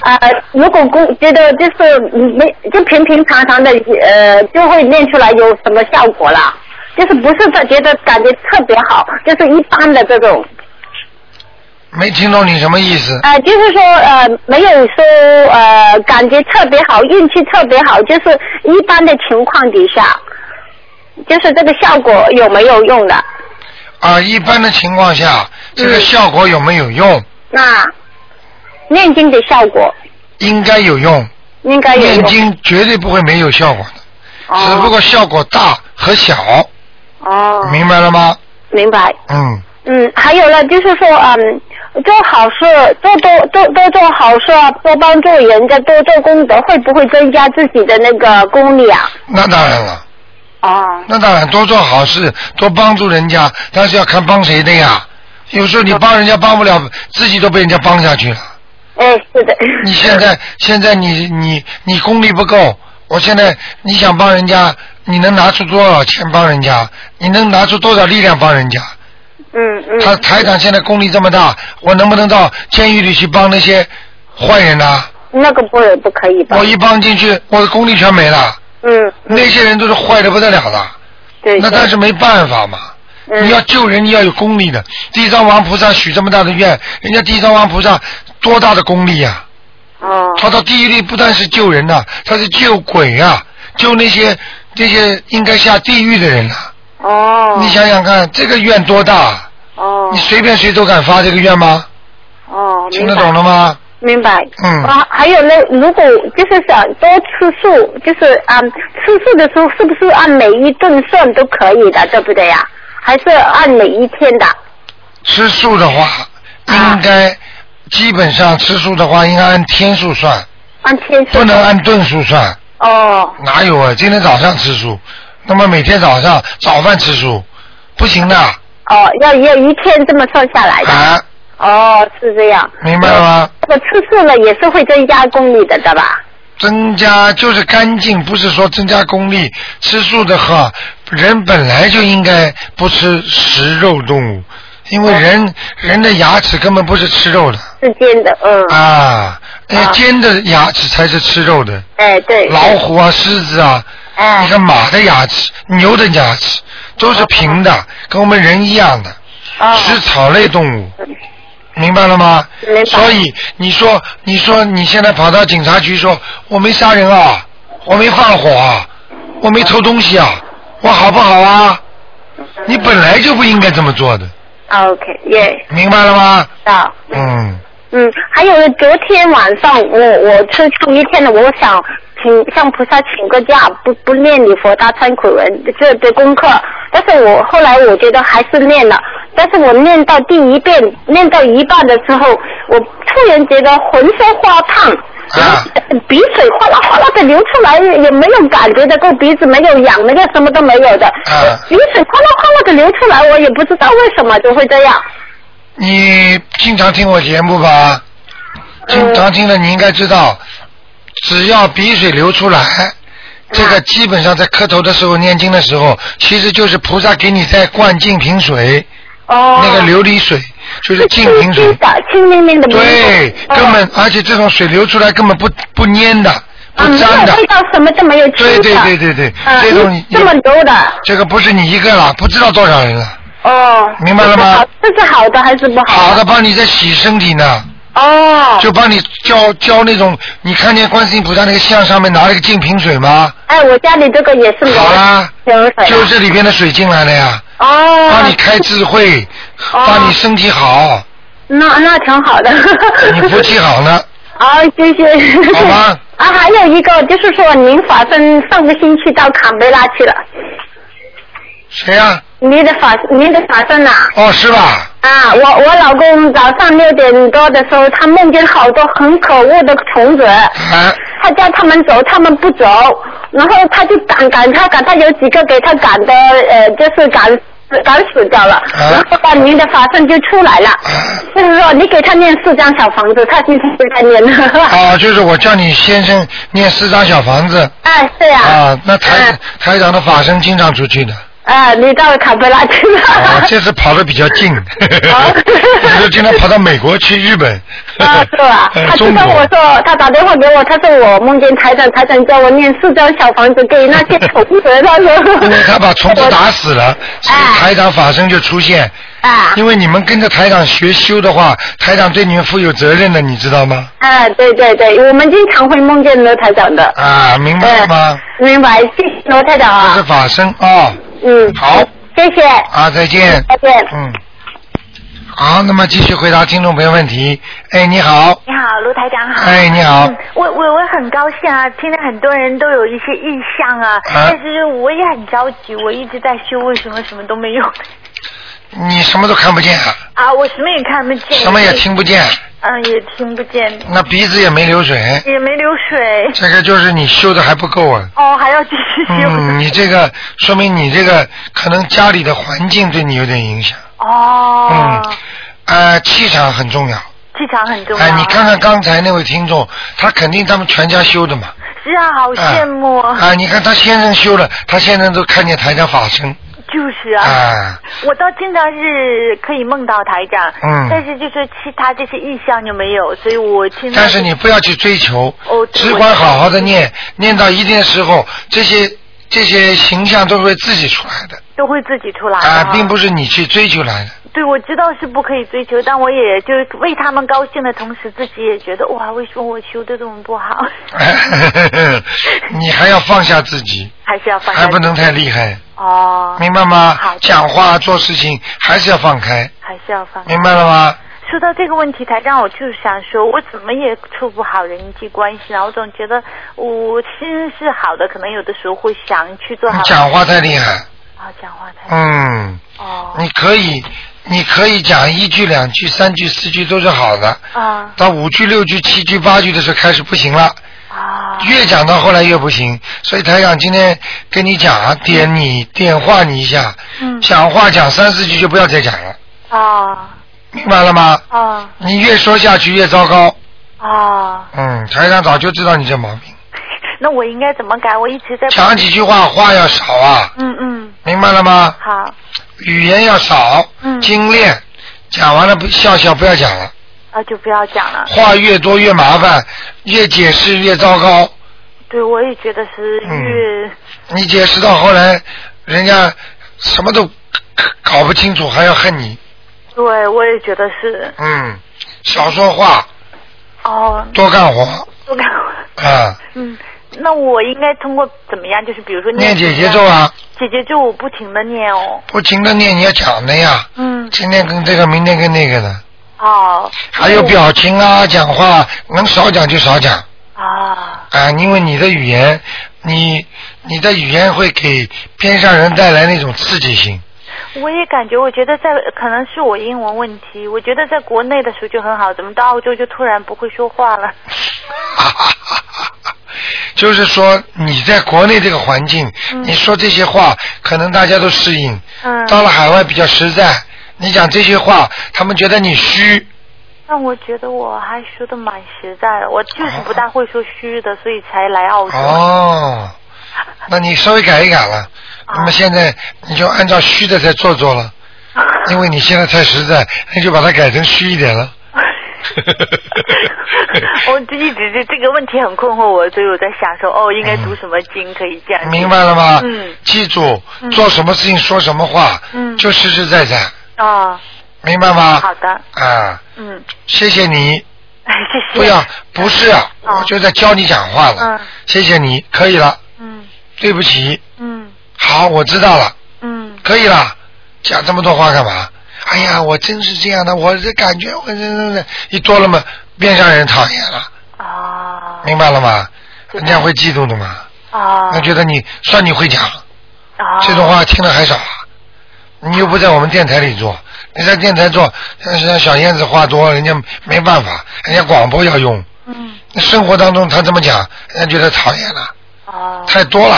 Speaker 7: 呃，如果公觉得就是嗯没就平平常常的，呃，就会练出来有什么效果啦？就是不是特觉得感觉特别好，就是一般的这种，
Speaker 2: 没听懂你什么意思？
Speaker 7: 呃，就是说呃，没有说呃，感觉特别好，运气特别好，就是一般的情况底下，就是这个效果有没有用的？
Speaker 2: 啊，一般的情况
Speaker 7: 嗯
Speaker 2: 下，这个效果有没有用？
Speaker 7: 那念经的效果
Speaker 2: 应该有用，
Speaker 7: 应该有用
Speaker 2: 念，经绝对不会没有效果的，只不过效果大和小，
Speaker 7: 哦，哦
Speaker 2: 明白了吗？
Speaker 7: 明白。
Speaker 2: 嗯，
Speaker 7: 嗯，还有呢，就是说，嗯，做好事，多多多多做好事啊，多帮助人家，多做功德，会不会增加自己的那个功力啊？
Speaker 2: 那当然了，
Speaker 7: 哦，
Speaker 2: 那当然多做好事，多帮助人家，但是要看帮谁的呀。有时候你
Speaker 7: 哦
Speaker 2: 帮人家帮不了，自己都被人家帮下去了。
Speaker 7: 哎，是的，
Speaker 2: 你现在现在你你你功力不够，我现在你想帮人家，你能拿出多少钱帮人家？你能拿出多少力量帮人家？
Speaker 7: 嗯嗯，
Speaker 2: 他台长现在功力这么大，我能不能到监狱里去帮那些坏人呢、
Speaker 7: 那个不不可以吧
Speaker 2: 我？一帮进去，我的功力全没了。
Speaker 7: 嗯，
Speaker 2: 那些人都是坏的不得了的，
Speaker 7: 对，
Speaker 2: 那
Speaker 7: 对
Speaker 2: 但是没办法嘛。
Speaker 7: 嗯
Speaker 2: 你要救人，你要有功力的。地藏王菩萨许这么大的愿，人家地藏王菩萨多大的功力呀、
Speaker 7: 哦
Speaker 2: 他到地狱里不但是救人呐、他是救鬼啊，救那些这些应该下地狱的人呐、
Speaker 7: 哦，
Speaker 2: 你想想看，这个愿多大？啊
Speaker 7: 哦
Speaker 2: 你随便谁都敢发这个愿吗？
Speaker 7: 哦，
Speaker 2: 听
Speaker 7: 明
Speaker 2: 得
Speaker 7: 白
Speaker 2: 懂了吗？
Speaker 7: 明白。
Speaker 2: 嗯
Speaker 7: 啊，还有呢，如果就是想多吃素，就是啊、嗯吃素的时候是不是按每一顿算都可以的，对不对呀、还是按每一天的？
Speaker 2: 吃素的话，
Speaker 7: 啊
Speaker 2: 应该、基本上吃素的话，应该按天数算，
Speaker 7: 按天数
Speaker 2: 不能按顿数算。
Speaker 7: 哦
Speaker 2: 哪有啊？今天早上吃素，那么每天早上早饭吃素，不行的
Speaker 7: 哦，要要一天这么算下来的。
Speaker 2: 啊，
Speaker 7: 哦，是这样。
Speaker 2: 明白了吗？
Speaker 7: 我吃素了也是会增加功力的，对吧？
Speaker 2: 增加就是干净，不是说增加功力。吃素的话，人本来就应该不吃食肉动物，因为人、人的牙齿根本不是吃肉的
Speaker 7: 是间的，嗯，
Speaker 2: 啊，那
Speaker 7: 啊
Speaker 2: 尖的牙齿才是吃肉的，
Speaker 7: 哎对，
Speaker 2: 老虎啊、狮子啊，
Speaker 7: 哎
Speaker 2: 你看马的牙齿、牛的牙齿都是平的，跟我们人一样的，
Speaker 7: 哦
Speaker 2: 吃草类动物，明白了吗？
Speaker 7: 明白
Speaker 2: 所以你说，你说你现在跑到警察局说，我没杀人啊，我没放火啊，我没偷东西啊，我好不好啊？你本来就不应该这么做的，
Speaker 7: 啊 OK 啊耶，
Speaker 2: 明白了吗？
Speaker 7: 到。
Speaker 2: 嗯，
Speaker 7: 嗯，还有呢，昨天晚上我我吃素一天了，我想请向菩萨请个假，不不念礼佛大忏悔文这的功课，但是我后来我觉得还是念了，但是我念到第一遍，念到一半的时候，我突然觉得浑身发烫，
Speaker 2: 啊
Speaker 7: 呃鼻水哗啦哗啦的流出来，也没有感觉的，够鼻子没有痒，没有什么都没有的，
Speaker 2: 啊，
Speaker 7: 鼻水哗啦哗啦的流出来，我也不知道为什么就会这样。
Speaker 2: 你经常听我节目吧？经常听的你应该知道，只要鼻水流出来，这个基本上在磕头的时候、念经的时候，其实就是菩萨给你在灌净瓶水，
Speaker 7: 哦，
Speaker 2: 那个琉璃水就是净
Speaker 7: 清
Speaker 2: 瓶水。
Speaker 7: 清的、清灵灵的没有，
Speaker 2: 对，
Speaker 7: 哦
Speaker 2: 根本而且这种水流出来根本不不粘的，不
Speaker 7: 啊，没
Speaker 2: 粘的
Speaker 7: 有，味道，什么都没有，
Speaker 2: 对
Speaker 7: 清
Speaker 2: 对
Speaker 7: 的
Speaker 2: 对对对
Speaker 7: 啊
Speaker 2: 这种
Speaker 7: 这么流的，
Speaker 2: 这个不是你一个了，不知道多少人了。
Speaker 7: 哦，
Speaker 2: 明白了吗
Speaker 7: 这是好？这是好的还是不好？
Speaker 2: 好的，帮你在洗身体呢，
Speaker 7: 哦，
Speaker 2: 就帮你浇浇那种，你看见观世音菩萨那个像上面拿了个净瓶水吗？
Speaker 7: 哎，我家里这个也是流
Speaker 2: 好啦，
Speaker 7: 流水的，
Speaker 2: 啊就这里边的水进来了呀，
Speaker 7: 哦，
Speaker 2: 帮你开智慧，
Speaker 7: 哦
Speaker 2: 帮你身体好，
Speaker 7: 那那挺好的。
Speaker 2: 你福气好呢。
Speaker 7: 好，谢谢。
Speaker 2: 好吧。
Speaker 7: 啊，还有一个就是说，您法身上个星期到坎贝拉去了，
Speaker 2: 谁呀、
Speaker 7: 您的法您的法身呐、
Speaker 2: 哦，是吧？
Speaker 7: 啊，我我老公早上六点多的时候，他梦见好多很可恶的虫子，
Speaker 2: 哎，
Speaker 7: 他叫他们走，他们不走，然后他就赶赶他赶他，有几个给他赶的呃，就是赶死赶死掉了，然后把您的法身就出来了，就是说你给他念四张小房子，他今天不在念 了。
Speaker 2: 哦，就是我叫你先生念四张小房子
Speaker 7: 哎，是呀、啊，
Speaker 2: 啊，那台、
Speaker 7: 嗯
Speaker 2: 台长的法身经常出去的。
Speaker 7: 啊你到了坎贝拉去了。
Speaker 2: 我哦这次跑的比较近，我就经常跑到美国去、日本。
Speaker 7: 啊，是吧？
Speaker 2: 呃
Speaker 7: 他知
Speaker 2: 中
Speaker 7: 道我
Speaker 2: 国。
Speaker 7: 说，他打电话给我，他说我梦见台长，台长叫我念四张小房子给那些虫子，他说。
Speaker 2: 因为嗯他把虫子 打死了，所以
Speaker 7: 哎
Speaker 2: 台长法身就出现。
Speaker 7: 啊，
Speaker 2: 因为你们跟着台长学修的话，台长对你们负有责任的，你知道吗？
Speaker 7: 哎，对对对，我们经常会梦见罗台长的。
Speaker 2: 啊，明白了吗？
Speaker 7: 嗯，明白，谢谢罗台长
Speaker 2: 这是
Speaker 7: 啊。
Speaker 2: 法身哦。
Speaker 7: 嗯，
Speaker 2: 好
Speaker 7: 谢谢，
Speaker 2: 啊，再见。
Speaker 7: 再见。
Speaker 2: 嗯。好，那么继续回答听众朋友问题。哎，你好。
Speaker 8: 你好，卢台长好。
Speaker 2: 哎，你好
Speaker 8: 嗯。，我我我很高兴啊，听到很多人都有一些意向啊，但是我也很着急，我一直在修，为什么什么都没有
Speaker 2: 你什么都看不见，
Speaker 8: 啊？我什么也看不见，
Speaker 2: 什么也，听不见，
Speaker 8: 嗯，也听不见，
Speaker 2: 那鼻子也没流水，
Speaker 8: 也没流水，
Speaker 2: 这个就是你修的还不够啊。
Speaker 8: 哦，还要继续修，
Speaker 2: 嗯，你这个说明你这个可能家里的环境对你有点影响。
Speaker 8: 哦，
Speaker 2: 嗯，呃，气场很重要。
Speaker 8: 气场很重要。啊
Speaker 2: 哎，你看看刚才那位听众，他肯定他们全家修的嘛。
Speaker 8: 是啊，好羡慕，
Speaker 2: 啊、哎你看他先生修了，他先生都看见台上法身。
Speaker 8: 就是
Speaker 2: 啊、
Speaker 8: 啊。我倒经常是可以梦到台长，
Speaker 2: 嗯
Speaker 8: 但是就是其他这些意向就没有，所以我听到。
Speaker 2: 但是你不要去追求，
Speaker 8: 哦
Speaker 2: 只管好好的念，念到一定的时候，这些这些形象都会自己出来的
Speaker 8: 都会自己出来的
Speaker 2: 啊、
Speaker 8: 哈
Speaker 2: 并不是你去追求来的。
Speaker 8: 对，我知道是不可以追求，但我也就是为他们高兴的同时，自己也觉得哇，为什么我修的这么不好？
Speaker 2: 你还要放下自己，
Speaker 8: 还是要放下。
Speaker 2: 啊还不能太厉害，
Speaker 8: 哦，
Speaker 2: 明白吗
Speaker 8: 好？的
Speaker 2: 讲话做事情还是要放开，
Speaker 8: 还是要放下。
Speaker 2: 明白了吗？
Speaker 8: 说到这个问题，台长，我就是想说，我怎么也处不好人际关系呢？我总觉得嗯我心是好的，可能有的时候会想去做好
Speaker 2: 你讲话太厉害，
Speaker 8: 啊，讲话太、
Speaker 2: 嗯，
Speaker 8: 哦
Speaker 2: 你可以，你可以讲一句、两句、三句、四句都是好的，
Speaker 8: 啊
Speaker 2: 到五句、六句、七句、八句的时候开始不行了，
Speaker 8: 啊
Speaker 2: 越讲到后来越不行。所以台长今天跟你讲啊，点你点化你一下，
Speaker 8: 嗯
Speaker 2: 讲话讲三四句就不要再讲了，
Speaker 8: 啊
Speaker 2: 明白了吗？
Speaker 8: 啊
Speaker 2: 你越说下去越糟糕。
Speaker 8: 啊！
Speaker 2: 嗯，台长早就知道你这毛病，
Speaker 8: 那我应该怎么改？我一直在
Speaker 2: 讲几句话话要少啊，
Speaker 8: 嗯嗯
Speaker 2: 明白了吗？
Speaker 8: 好
Speaker 2: 语言要少，
Speaker 8: 嗯
Speaker 2: 精炼。讲完了不笑笑不要讲了，
Speaker 8: 啊，就不要讲了。
Speaker 2: 话越多越麻烦，越解释越糟糕。
Speaker 8: 对，我也觉得是
Speaker 2: 嗯
Speaker 8: 越、
Speaker 2: 你解释到后来，人家什么都搞不清楚，还要恨你。
Speaker 8: 对，我也觉得是
Speaker 2: 嗯，少说话，
Speaker 8: 哦，
Speaker 2: 多干活
Speaker 8: 我感
Speaker 2: 啊，
Speaker 8: 嗯，那我应该通过怎么样？就是比如说
Speaker 2: 念
Speaker 8: 姐
Speaker 2: 姐姐咒，啊，
Speaker 8: 姐姐咒我不停的念哦，
Speaker 2: 不停的念你要讲的呀，
Speaker 8: 嗯，
Speaker 2: 今天跟这个，明天跟那个的，
Speaker 8: 哦，
Speaker 2: 还有表情啊，讲话能少讲就少讲。
Speaker 8: 啊，
Speaker 2: 啊，因为你的语言，你你的语言会给边上人带来那种刺激性。
Speaker 8: 我也感觉，我觉得在可能是我英文问题，我觉得在国内的时候就很好，怎么到澳洲就突然不会说话了？
Speaker 2: 啊哈哈哈哈就是说你在国内这个环境，你说这些话，可能大家都适应。
Speaker 8: 嗯
Speaker 2: 到了海外比较实在，你讲这些话，他们觉得你虚。
Speaker 8: 但我觉得我还说的蛮实在的，我就是不大会说虚的，所以才来澳
Speaker 2: 啊
Speaker 8: 洲。
Speaker 2: 哦，那你稍微改一改了。那么现在你就按照虚的再做做了，因为你现在太实在，你就把它改成虚一 点了。
Speaker 8: 我就一直这这个问题很困惑我，所以我在想说，哦，应该读什么经可以这样？
Speaker 2: 明白了吗？
Speaker 8: 嗯，
Speaker 2: 记住
Speaker 8: 嗯，
Speaker 2: 做什么事情说什么话，
Speaker 8: 嗯
Speaker 2: 就实实在在，
Speaker 8: 哦，
Speaker 2: 明白吗？
Speaker 8: 好的，
Speaker 2: 啊，
Speaker 8: 嗯，
Speaker 2: 谢谢你。
Speaker 8: 谢谢。哦
Speaker 2: 不要，不是啊，我就在教你讲话了。
Speaker 8: 嗯
Speaker 2: 谢谢你，可以了。
Speaker 8: 嗯
Speaker 2: 对不起，
Speaker 8: 嗯
Speaker 2: 好，我知道了，
Speaker 8: 嗯
Speaker 2: 可以了。讲这么多话干嘛？哎呀，我真是这样的，我这感觉，我这这这一多了嘛，变相人讨厌了，
Speaker 8: 啊
Speaker 2: 明白了吗？人家会嫉妒的嘛，
Speaker 8: 啊
Speaker 2: 他觉得你算你会讲，
Speaker 8: 啊！
Speaker 2: 这种话听的还少啊。你又不在我们电台里做，你在电台做，像像小燕子话多，人家没办法，人家广播要用。
Speaker 8: 嗯
Speaker 2: 生活当中他这么讲，人家觉得讨厌了，
Speaker 8: 哦
Speaker 2: 太多了，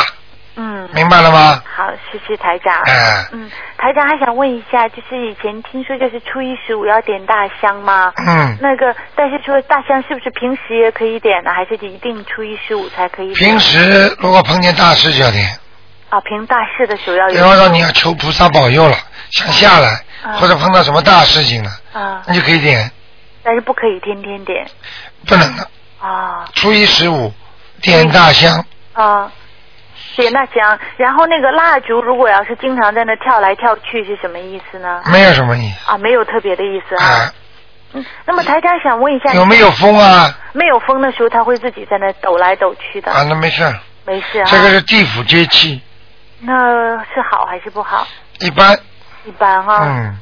Speaker 8: 嗯。
Speaker 2: 明白了吗？
Speaker 8: 好，谢谢台长。
Speaker 2: 哎、
Speaker 8: 嗯，台长还想问一下，就是以前听说就是初一十五要点大香吗？
Speaker 2: 嗯，
Speaker 8: 那个，但是除了大香，是不是平时也可以点呢？啊还是一定初一十五才可以点？
Speaker 2: 平时如果碰见大事就要点，
Speaker 8: 啊，平大事的时候要
Speaker 2: 比
Speaker 8: 有。
Speaker 2: 方说你要求菩萨保佑了，想下来，
Speaker 8: 啊
Speaker 2: 或者碰到什么大事情了，
Speaker 8: 啊，
Speaker 2: 你就可以点，
Speaker 8: 但是不可以天天点
Speaker 2: 不能的，
Speaker 8: 啊
Speaker 2: 初一十五点大香，
Speaker 8: 啊。点那香，然后那个蜡烛，如果要是经常在那跳来跳去，是什么意思呢？
Speaker 2: 没有什么意
Speaker 8: 啊，没有特别的意思
Speaker 2: 思
Speaker 8: 啊。
Speaker 2: 啊。
Speaker 8: 嗯，那么台长想问一下，
Speaker 2: 有没有风啊？
Speaker 8: 没有风的时候，它会自己在那抖来抖去的，
Speaker 2: 啊，那没事儿，
Speaker 8: 没事啊。
Speaker 2: 这个是地府接气，
Speaker 8: 那是好还是不好？
Speaker 2: 一般，
Speaker 8: 一般啊，
Speaker 2: 嗯，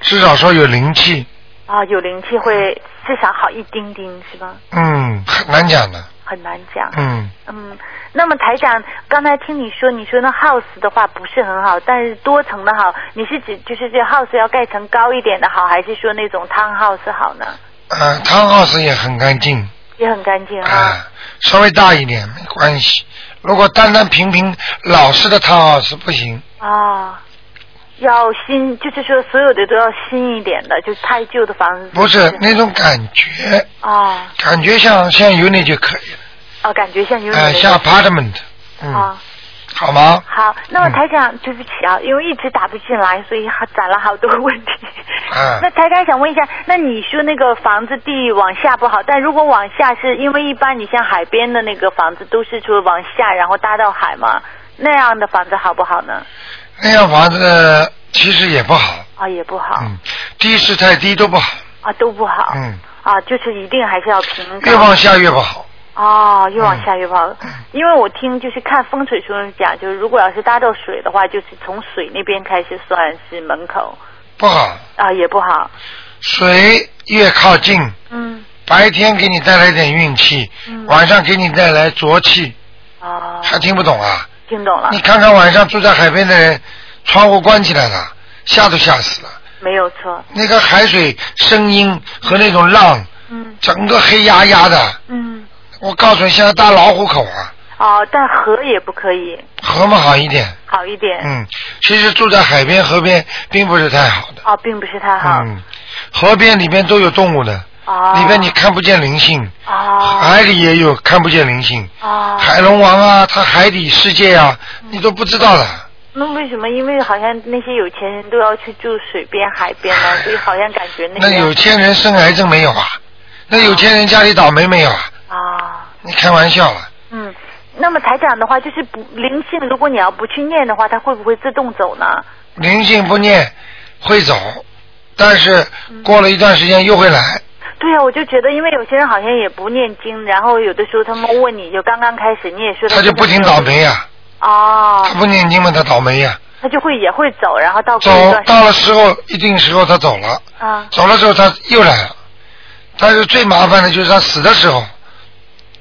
Speaker 2: 至少说有灵气，
Speaker 8: 啊，有灵气会至少好一丁丁是吧？
Speaker 2: 嗯，很难讲的，
Speaker 8: 很难讲。
Speaker 2: 嗯，
Speaker 8: 嗯，那么台长，刚才听你说，你说那 house 的话不是很好，但是多层的好，你是指就是这 house 要盖层高一点的好，还是说那种 town house 好呢？
Speaker 2: 呃，汤老师也很干净，
Speaker 8: 也很干净啊。
Speaker 2: 啊，稍微大一点没关系。如果单单平平老式的汤啊是不行，
Speaker 8: 啊，要新，就是说所有的都要新一点的，就是太旧的房子。
Speaker 2: 不是那种感觉，
Speaker 8: 啊
Speaker 2: 感觉像像 unit 就可以了，
Speaker 8: 啊，感觉像有点
Speaker 2: 哎、像 apartment，嗯
Speaker 8: 啊，。
Speaker 2: 好吗？
Speaker 8: 好，那么
Speaker 2: 嗯
Speaker 8: 台长，对不起啊，因为一直打不进来，所以还攒了好多问题。
Speaker 2: 嗯
Speaker 8: 那台长想问一下，那你说那个房子地往下不好，但如果往下是因为一般你像海边的那个房子都是说往下，然后搭到海嘛，那样的房子好不好呢？
Speaker 2: 那样房子其实也不好，
Speaker 8: 啊，也不好、
Speaker 2: 嗯，地势太低都不好，
Speaker 8: 啊，都不好、
Speaker 2: 嗯，
Speaker 8: 啊，就是一定还是要平
Speaker 2: 越
Speaker 8: 高。
Speaker 2: 往下越不嗯好，
Speaker 8: 哦，越往下越不好，因为我听就是看风水书上讲，就是如果要是搭到水的话，就是从水那边开始算是门口
Speaker 2: 不好。
Speaker 8: 啊，也不好。
Speaker 2: 水越靠近，
Speaker 8: 嗯，
Speaker 2: 白天给你带来点运气，
Speaker 8: 嗯
Speaker 2: 晚上给你带来浊气，
Speaker 8: 哦，
Speaker 2: 还听不懂啊？
Speaker 8: 听懂了
Speaker 2: 你，看看晚上住在海边的人，窗户关起来了，吓都吓死了。
Speaker 8: 没有错。
Speaker 2: 那个海水声音和那种浪，
Speaker 8: 嗯
Speaker 2: 整个黑压压的。
Speaker 8: 嗯，
Speaker 2: 我告诉你，像大老虎口啊，
Speaker 8: 哦，但河也不可以
Speaker 2: 河嘛好一点。
Speaker 8: 好一点。
Speaker 2: 嗯，其实住在海边、河边并不是太好的。
Speaker 8: 哦，并不是太好。
Speaker 2: 嗯，河边里边都有动物的，
Speaker 8: 哦，
Speaker 2: 里边你看不见灵性，
Speaker 8: 哦
Speaker 2: 海里也有看不见灵性，
Speaker 8: 哦，
Speaker 2: 海龙王啊，它海底世界啊，你都不知道的。
Speaker 8: 那为什么？因为好像那些有钱人都要去住水边、海边 了，所以好像感觉那
Speaker 2: 那
Speaker 8: 边
Speaker 2: 有钱人生癌症没有啊？那有钱人家里倒霉没有啊？
Speaker 8: 啊、
Speaker 2: 你开玩笑了？
Speaker 8: 嗯。那么台长的话，就是不灵性，如果你要不去念的话，它会不会自动走呢？
Speaker 2: 灵性不念会走，但是过了一段时间又会来。
Speaker 8: 对啊呀、我就觉得，因为有些人好像也不念经，然后有的时候他们问你，就刚刚开始，你也说
Speaker 2: 他就
Speaker 8: 现在
Speaker 2: 不停
Speaker 8: 没有
Speaker 2: 倒霉呀、
Speaker 8: 哦，
Speaker 2: 他不念经嘛，他倒霉呀、
Speaker 8: 他就会也会走，然后到过一
Speaker 2: 走
Speaker 8: 段时
Speaker 2: 到了时候，一定时候他走了，
Speaker 8: 啊
Speaker 2: 走了之后他又来了。但是最麻烦的就是他死的时候，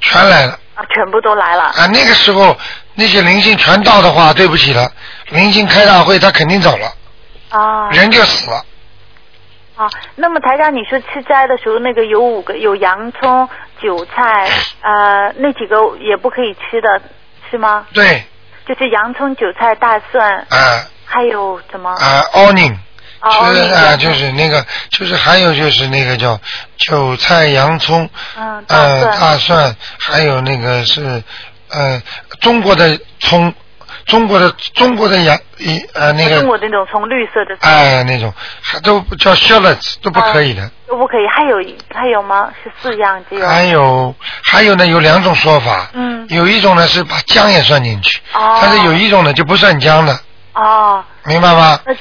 Speaker 2: 全来了
Speaker 8: 啊，全部都来了
Speaker 2: 啊！那个时候那些灵性全到的话，对不起了，灵性开大会他肯定走了，
Speaker 8: 啊
Speaker 2: 人就死了。
Speaker 8: 啊，那么台长，你说吃斋的时候，那个有五个有洋葱、韭菜，呃，那几个也不可以吃的，是吗？
Speaker 2: 对，
Speaker 8: 就是洋葱、韭菜、大蒜，
Speaker 2: 啊
Speaker 8: 还有什么？
Speaker 2: 啊，onion，
Speaker 8: 哦
Speaker 2: 就是
Speaker 8: ，onion，
Speaker 2: 啊，就是那个，就是还有就是那个叫韭菜、洋葱，
Speaker 8: 嗯，大
Speaker 2: 呃，
Speaker 8: 蒜，
Speaker 2: 大蒜，还有那个是，呃，中国的葱，中国的中国的洋，一呃那
Speaker 8: 中
Speaker 2: 个，
Speaker 8: 国的那种从绿色的
Speaker 2: 哎、那种，还都叫 shallots 都不可以的。
Speaker 8: 啊都不可以，还有还有吗？是四样只有。
Speaker 2: 还有还有呢，有两种说法，
Speaker 8: 嗯，
Speaker 2: 有一种呢是把姜也算进去，
Speaker 8: 哦，
Speaker 2: 但是有一种呢就不算姜的，
Speaker 8: 哦，
Speaker 2: 明白吗？
Speaker 8: 那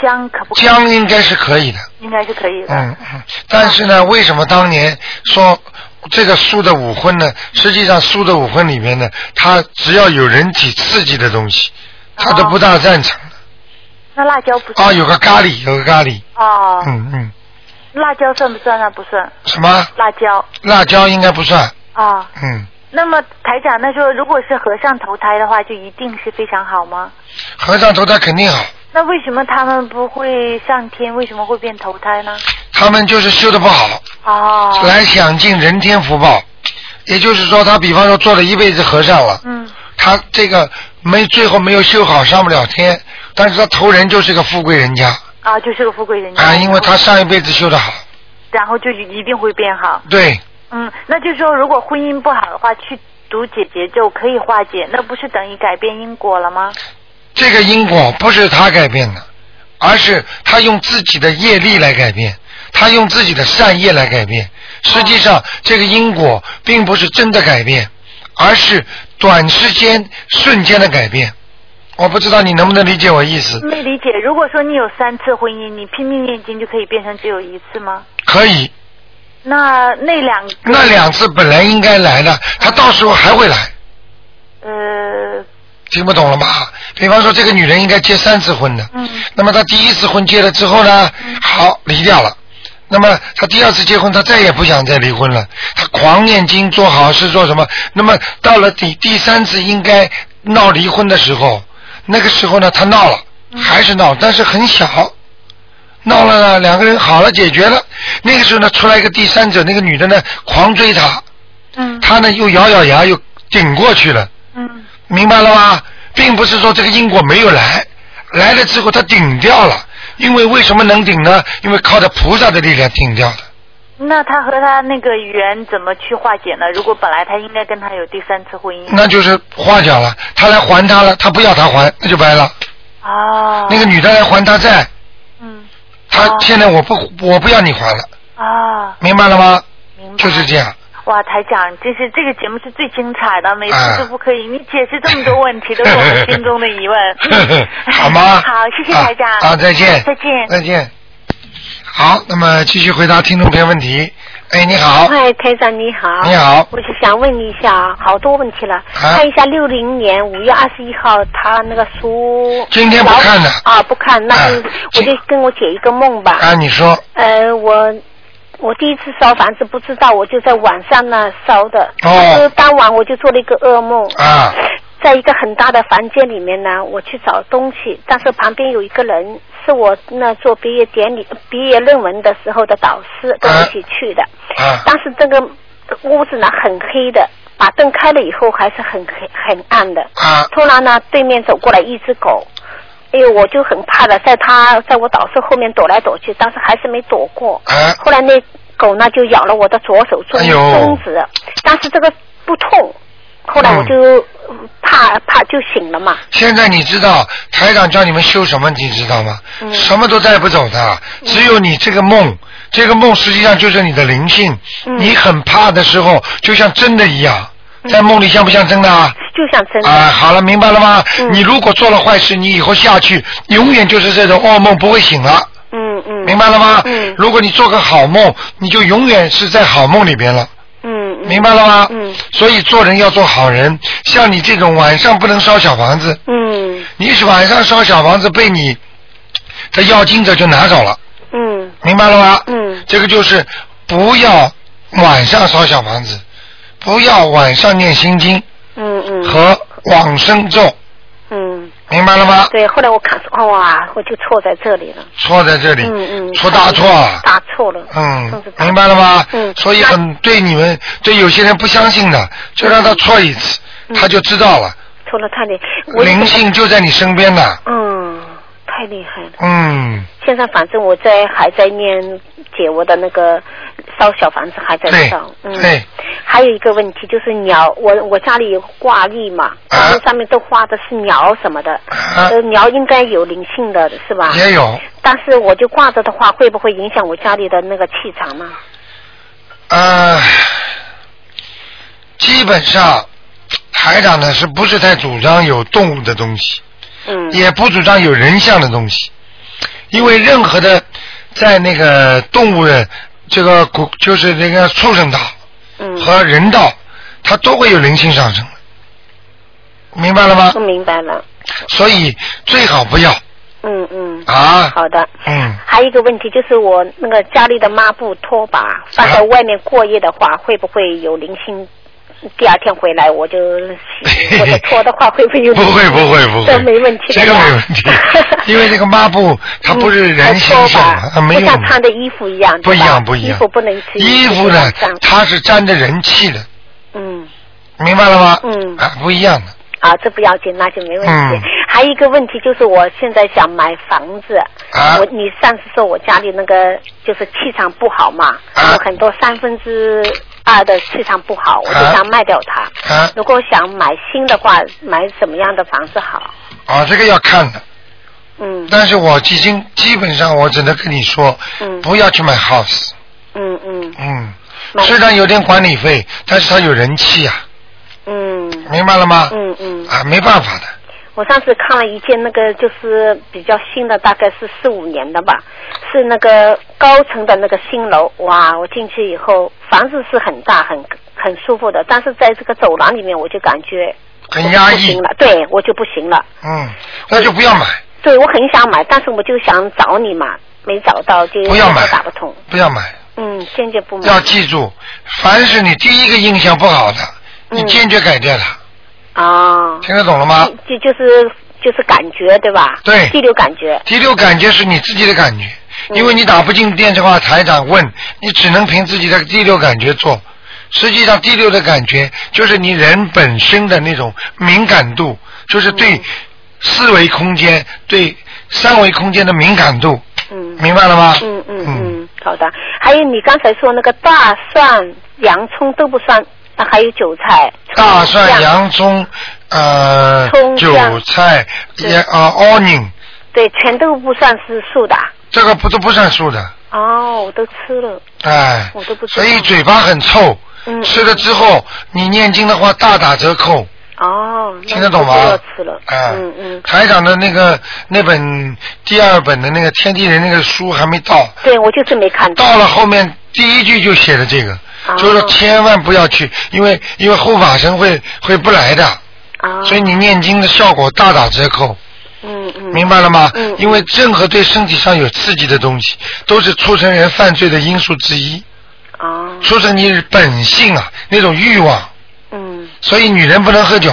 Speaker 8: 姜可不可以？
Speaker 2: 姜应该是可以的。
Speaker 8: 应该是可以的。
Speaker 2: 嗯，嗯，但是呢，为什么当年说这个素的五荤呢？实际上素的五荤里面呢，它只要有人体刺激的东西，它都不大赞成的。
Speaker 8: 那辣椒不
Speaker 2: 啊，
Speaker 8: 算。
Speaker 2: 有个咖喱，有个咖喱，
Speaker 8: 哦，
Speaker 2: 嗯嗯，
Speaker 8: 辣椒算不算啊？不算，
Speaker 2: 什么
Speaker 8: 辣椒
Speaker 2: 辣椒应该不算，
Speaker 8: 啊。
Speaker 2: 嗯，
Speaker 8: 那么台长，那说如果是和尚投胎的话，就一定是非常好吗？
Speaker 2: 和尚投胎肯定好，
Speaker 8: 那为什么他们不会上天？为什么会变投胎呢？
Speaker 2: 他们就是修的不好，
Speaker 8: 哦，
Speaker 2: 来享尽人天福报。也就是说，他比方说做了一辈子和尚了，
Speaker 8: 嗯，
Speaker 2: 他这个没最后没有修好，上不了天，但是他投人就是个富贵人家。
Speaker 8: 啊，就是个富贵人家。
Speaker 2: 啊，因为他上一辈子修得好，
Speaker 8: 然后就一定会变好。
Speaker 2: 对，
Speaker 8: 嗯，那就是说，如果婚姻不好的话，去读解结咒可以化解，那不是等于改变因果了吗？
Speaker 2: 这个因果不是他改变的，而是他用自己的业力来改变，他用自己的善业来改变。实际上，这个因果并不是真的改变，而是短时间、瞬间的改变。我不知道你能不能理解我意思？
Speaker 8: 没理解。如果说你有三次婚姻，你拼命念经就可以变成只有一次吗？
Speaker 2: 可以，
Speaker 8: 那那两个
Speaker 2: 那两次本来应该来的，他到时候还会来。
Speaker 8: 呃
Speaker 2: 听不懂了吧？比方说，这个女人应该结三次婚的，
Speaker 8: 嗯
Speaker 2: 那么她第一次婚结了之后呢，好离掉了。那么她第二次结婚，她再也不想再离婚了。她狂念经，做好事，做什么？那么到了第第三次应该闹离婚的时候，那个时候呢，她闹了，
Speaker 8: 嗯
Speaker 2: 还是闹，但是很小。闹了呢，两个人好了，解决了。那个时候呢，出来一个第三者，那个女的呢，狂追他，
Speaker 8: 嗯
Speaker 2: 他呢又咬咬牙又顶过去了。
Speaker 8: 嗯
Speaker 2: 明白了吗？并不是说这个因果没有来，来了之后他顶掉了，因为为什么能顶呢？因为靠着菩萨的力量顶掉的。
Speaker 8: 那他和他那个缘怎么去化解呢？如果本来他应该跟他有第三次婚姻，
Speaker 2: 那就是花脚了，他来还他了，他不要他还，那就白了。
Speaker 8: 哦，
Speaker 2: 那个女的来还他债，
Speaker 8: 嗯
Speaker 2: 他
Speaker 8: 哦
Speaker 2: 现在我不我不要你还了，
Speaker 8: 啊，
Speaker 2: 明白了吗？
Speaker 8: 明白，
Speaker 2: 就是这样，
Speaker 8: 哇，台长，真是这个节目是最精彩的，每
Speaker 2: 啊。
Speaker 8: 次都不可以，你解释这么多问题，都是我们心中的疑问
Speaker 2: 好吗？
Speaker 8: 好，谢谢台长。嗯
Speaker 2: 啊，啊再见。
Speaker 8: 再见。
Speaker 2: 再见。好，那么继续回答听众朋友问题。哎，你好，
Speaker 9: 嗨，台长你好。
Speaker 2: 你好啊
Speaker 9: 我就想问你一下啊，好多问题了。看一下六零年五月二十一号他那个书。
Speaker 2: 今天不看了
Speaker 9: 啊，不看，那
Speaker 2: 啊
Speaker 9: 就我就跟我解一个梦吧。
Speaker 2: 啊，你说，
Speaker 9: 呃，我我第一次烧房子不知道，我就在晚上呢烧的。
Speaker 2: 哦
Speaker 9: 当晚我就做了一个噩梦。
Speaker 2: 啊，
Speaker 9: 在一个很大的房间里面呢，我去找东西，但是旁边有一个人，是我那做毕业典礼、呃毕业论文的时候的导师，跟我一起去的。
Speaker 2: 啊
Speaker 9: 当时这个屋子呢很黑的，把灯开了以后还是很黑很暗的。
Speaker 2: 啊，
Speaker 9: 突然呢，对面走过来一只狗，哎呦，我就很怕了，在它在我导师后面躲来躲去，但是还是没躲过。
Speaker 2: 啊，
Speaker 9: 后来那狗呢就咬了我的左手中
Speaker 2: 哎呦
Speaker 9: 中指，但是这个不痛。后来我就嗯怕怕就醒了嘛，
Speaker 2: 现在你知道台长叫你们修什么，你知道吗？
Speaker 9: 嗯
Speaker 2: 什么都带不走的，
Speaker 8: 嗯
Speaker 2: 只有你这个梦，这个梦实际上就是你的灵性。
Speaker 9: 嗯
Speaker 2: 你很怕的时候，就像真的一样，
Speaker 8: 嗯
Speaker 2: 在梦里像不像真的啊？
Speaker 9: 就想真的。
Speaker 2: 啊，好了，明白了吗？
Speaker 9: 嗯
Speaker 2: 你如果做了坏事，你以后下去永远就是这种噩梦，不会醒了，
Speaker 9: 嗯嗯。
Speaker 2: 明白了吗？
Speaker 9: 嗯
Speaker 2: 如果你做个好梦，你就永远是在好梦里边了。
Speaker 9: 嗯。嗯
Speaker 2: 明白了吗？
Speaker 9: 嗯。
Speaker 2: 所以做人要做好人，像你这种晚上不能烧小房子，
Speaker 9: 嗯
Speaker 2: 你晚上烧小房子被你的要经者就拿走了，
Speaker 9: 嗯
Speaker 2: 明白了吗？
Speaker 9: 嗯
Speaker 2: 这个就是不要晚上烧小房子，不要晚上念心经
Speaker 9: 嗯嗯
Speaker 2: 和往生咒，
Speaker 9: 嗯
Speaker 2: 明白了吗？
Speaker 9: 对，后来我看说，哇，我就错在这里了。
Speaker 2: 错在这里，
Speaker 9: 嗯嗯，
Speaker 2: 出大错了
Speaker 9: 大错了。
Speaker 2: 嗯，明白了吗？
Speaker 9: 嗯
Speaker 2: 所以很对你们对有些人不相信的，就让他错一次，他就知道了，
Speaker 9: 嗯错了太厉我
Speaker 2: 灵性就在你身边的。
Speaker 9: 嗯，太厉害了。
Speaker 2: 嗯，
Speaker 9: 现在反正我在还在念解我的那个烧小房子还在烧，嗯，
Speaker 2: 对，
Speaker 9: 还有一个问题就是鸟，我我家里有挂历嘛，
Speaker 2: 啊
Speaker 9: 然后上面都画的是鸟什么的，呃，鸟应该有灵性的是吧？
Speaker 2: 也有。
Speaker 9: 但是我就挂着的话，会不会影响我家里的那个气场呢？
Speaker 2: 呃，基本上台长呢是不是太主张有动物的东西，
Speaker 9: 嗯，
Speaker 2: 也不主张有人像的东西，因为任何的在那个动物的这个古就是那个畜生道
Speaker 9: 嗯，
Speaker 2: 和人道，它都会有灵性上升的，明白了吗
Speaker 9: 我？明白了，
Speaker 2: 所以最好不要
Speaker 9: 嗯嗯。
Speaker 2: 啊，
Speaker 9: 好的。
Speaker 2: 嗯，
Speaker 9: 还有一个问题就是我那个家里的抹布、拖
Speaker 2: 啊
Speaker 9: 把放在外面过夜的话，会不会有灵性？第二天回来我就洗我的拖的话，会不会有灵 性？
Speaker 2: 不会不会不会
Speaker 9: 这没问题的
Speaker 2: 这
Speaker 9: 呀。
Speaker 2: 个没问题， 因为这个抹布它不是人形
Speaker 9: 嗯拖
Speaker 2: 象
Speaker 9: 把
Speaker 2: 的，它没
Speaker 9: 不
Speaker 2: 有
Speaker 9: 像穿的衣服一样，
Speaker 2: 不一
Speaker 9: 对吧
Speaker 2: 样不一样
Speaker 9: 衣服不能吃，
Speaker 2: 衣服
Speaker 9: 呢
Speaker 2: 呢，，它是沾着人气的，
Speaker 9: 嗯
Speaker 2: 明白了吗？
Speaker 9: 嗯
Speaker 2: 啊，不一样的，
Speaker 9: 啊，这不要紧，那就没问题
Speaker 2: 嗯。
Speaker 9: 还有一个问题就是，我现在想买房子，
Speaker 2: 啊
Speaker 9: 我你上次说我家里那个就是气场不好嘛，
Speaker 2: 啊
Speaker 9: 我很多三分之二的气场不好，我就想卖掉它。
Speaker 2: 啊
Speaker 9: 如果想买新的话，买什么样的房子好？
Speaker 2: 啊，这个要看的。
Speaker 9: 嗯
Speaker 2: 但是我已经基本上，我只能跟你说，
Speaker 9: 嗯
Speaker 2: 不要去买 house。
Speaker 9: 嗯嗯
Speaker 2: 嗯，
Speaker 9: 买
Speaker 2: 虽然有点管理费，但是它有人气啊，
Speaker 9: 嗯。
Speaker 2: 明白了吗？
Speaker 9: 嗯嗯。
Speaker 2: 啊，没办法的。
Speaker 9: 我上次看了一件那个就是比较新的，大概是四五年的吧，是那个高层的那个新楼。哇，我进去以后，房子是很大，很很舒服的，但是在这个走廊里面，我就感觉
Speaker 2: 很压
Speaker 9: 不
Speaker 2: 抑
Speaker 9: 行。了，对我就不行了。
Speaker 2: 嗯，那就不要买，
Speaker 9: 对我很想买，但是我就想找你嘛，没找到就
Speaker 2: 不要买
Speaker 9: 打不通。
Speaker 2: 不要买，
Speaker 9: 嗯，坚决不买。
Speaker 2: 要记住，凡是你第一个印象不好的，
Speaker 9: 嗯
Speaker 2: 你坚决改掉它，
Speaker 9: 啊，
Speaker 2: 听得懂了吗？
Speaker 9: 就就是就是感觉对吧？
Speaker 2: 对
Speaker 9: 第六感觉。
Speaker 2: 第六感觉是你自己的感觉，
Speaker 9: 嗯
Speaker 2: 因为你打不进电话，台长问你，只能凭自己的第六感觉做。实际上，第六的感觉就是你人本身的那种敏感度，就是
Speaker 9: 嗯
Speaker 2: 对四维空间、对三维空间的敏感度。
Speaker 9: 嗯，
Speaker 2: 明白了吗？
Speaker 9: 嗯嗯嗯，好的。还有你刚才说那个大蒜、洋葱都不算，啊还有韭菜。
Speaker 2: 大蒜、
Speaker 9: 葱
Speaker 2: 洋葱、呃
Speaker 9: 嗯葱、
Speaker 2: 韭
Speaker 9: 姜
Speaker 2: 菜、
Speaker 9: 对
Speaker 2: 也啊、onion，
Speaker 9: 对，全都不算是素的啊。
Speaker 2: 这个不都不算数的，
Speaker 9: 哦，我都吃了，
Speaker 2: 哎，
Speaker 9: 我都不知道。
Speaker 2: 所以嘴巴很臭，
Speaker 9: 嗯
Speaker 2: 吃了之后你念经的话大打折扣。
Speaker 9: 哦，那
Speaker 2: 听得懂吗
Speaker 9: 我就要吃了。
Speaker 2: 哎
Speaker 9: 嗯嗯，
Speaker 2: 台长的那个那本第二本的那个天地人那个书还没到，
Speaker 9: 对我就是没看
Speaker 2: 到了后面第一句就写的这个，
Speaker 9: 哦
Speaker 2: 就是说千万不要去，因为因为护法神会会不来的，
Speaker 9: 啊。
Speaker 2: 所以你念经的效果大打折扣，
Speaker 9: 嗯嗯，
Speaker 2: 明白了吗？
Speaker 9: 嗯，
Speaker 2: 因为任何对身体上有刺激的东西，都是促成人犯罪的因素之一，
Speaker 9: 哦，
Speaker 2: 促成你本性啊那种欲望，
Speaker 9: 嗯
Speaker 2: 所以女人不能喝酒。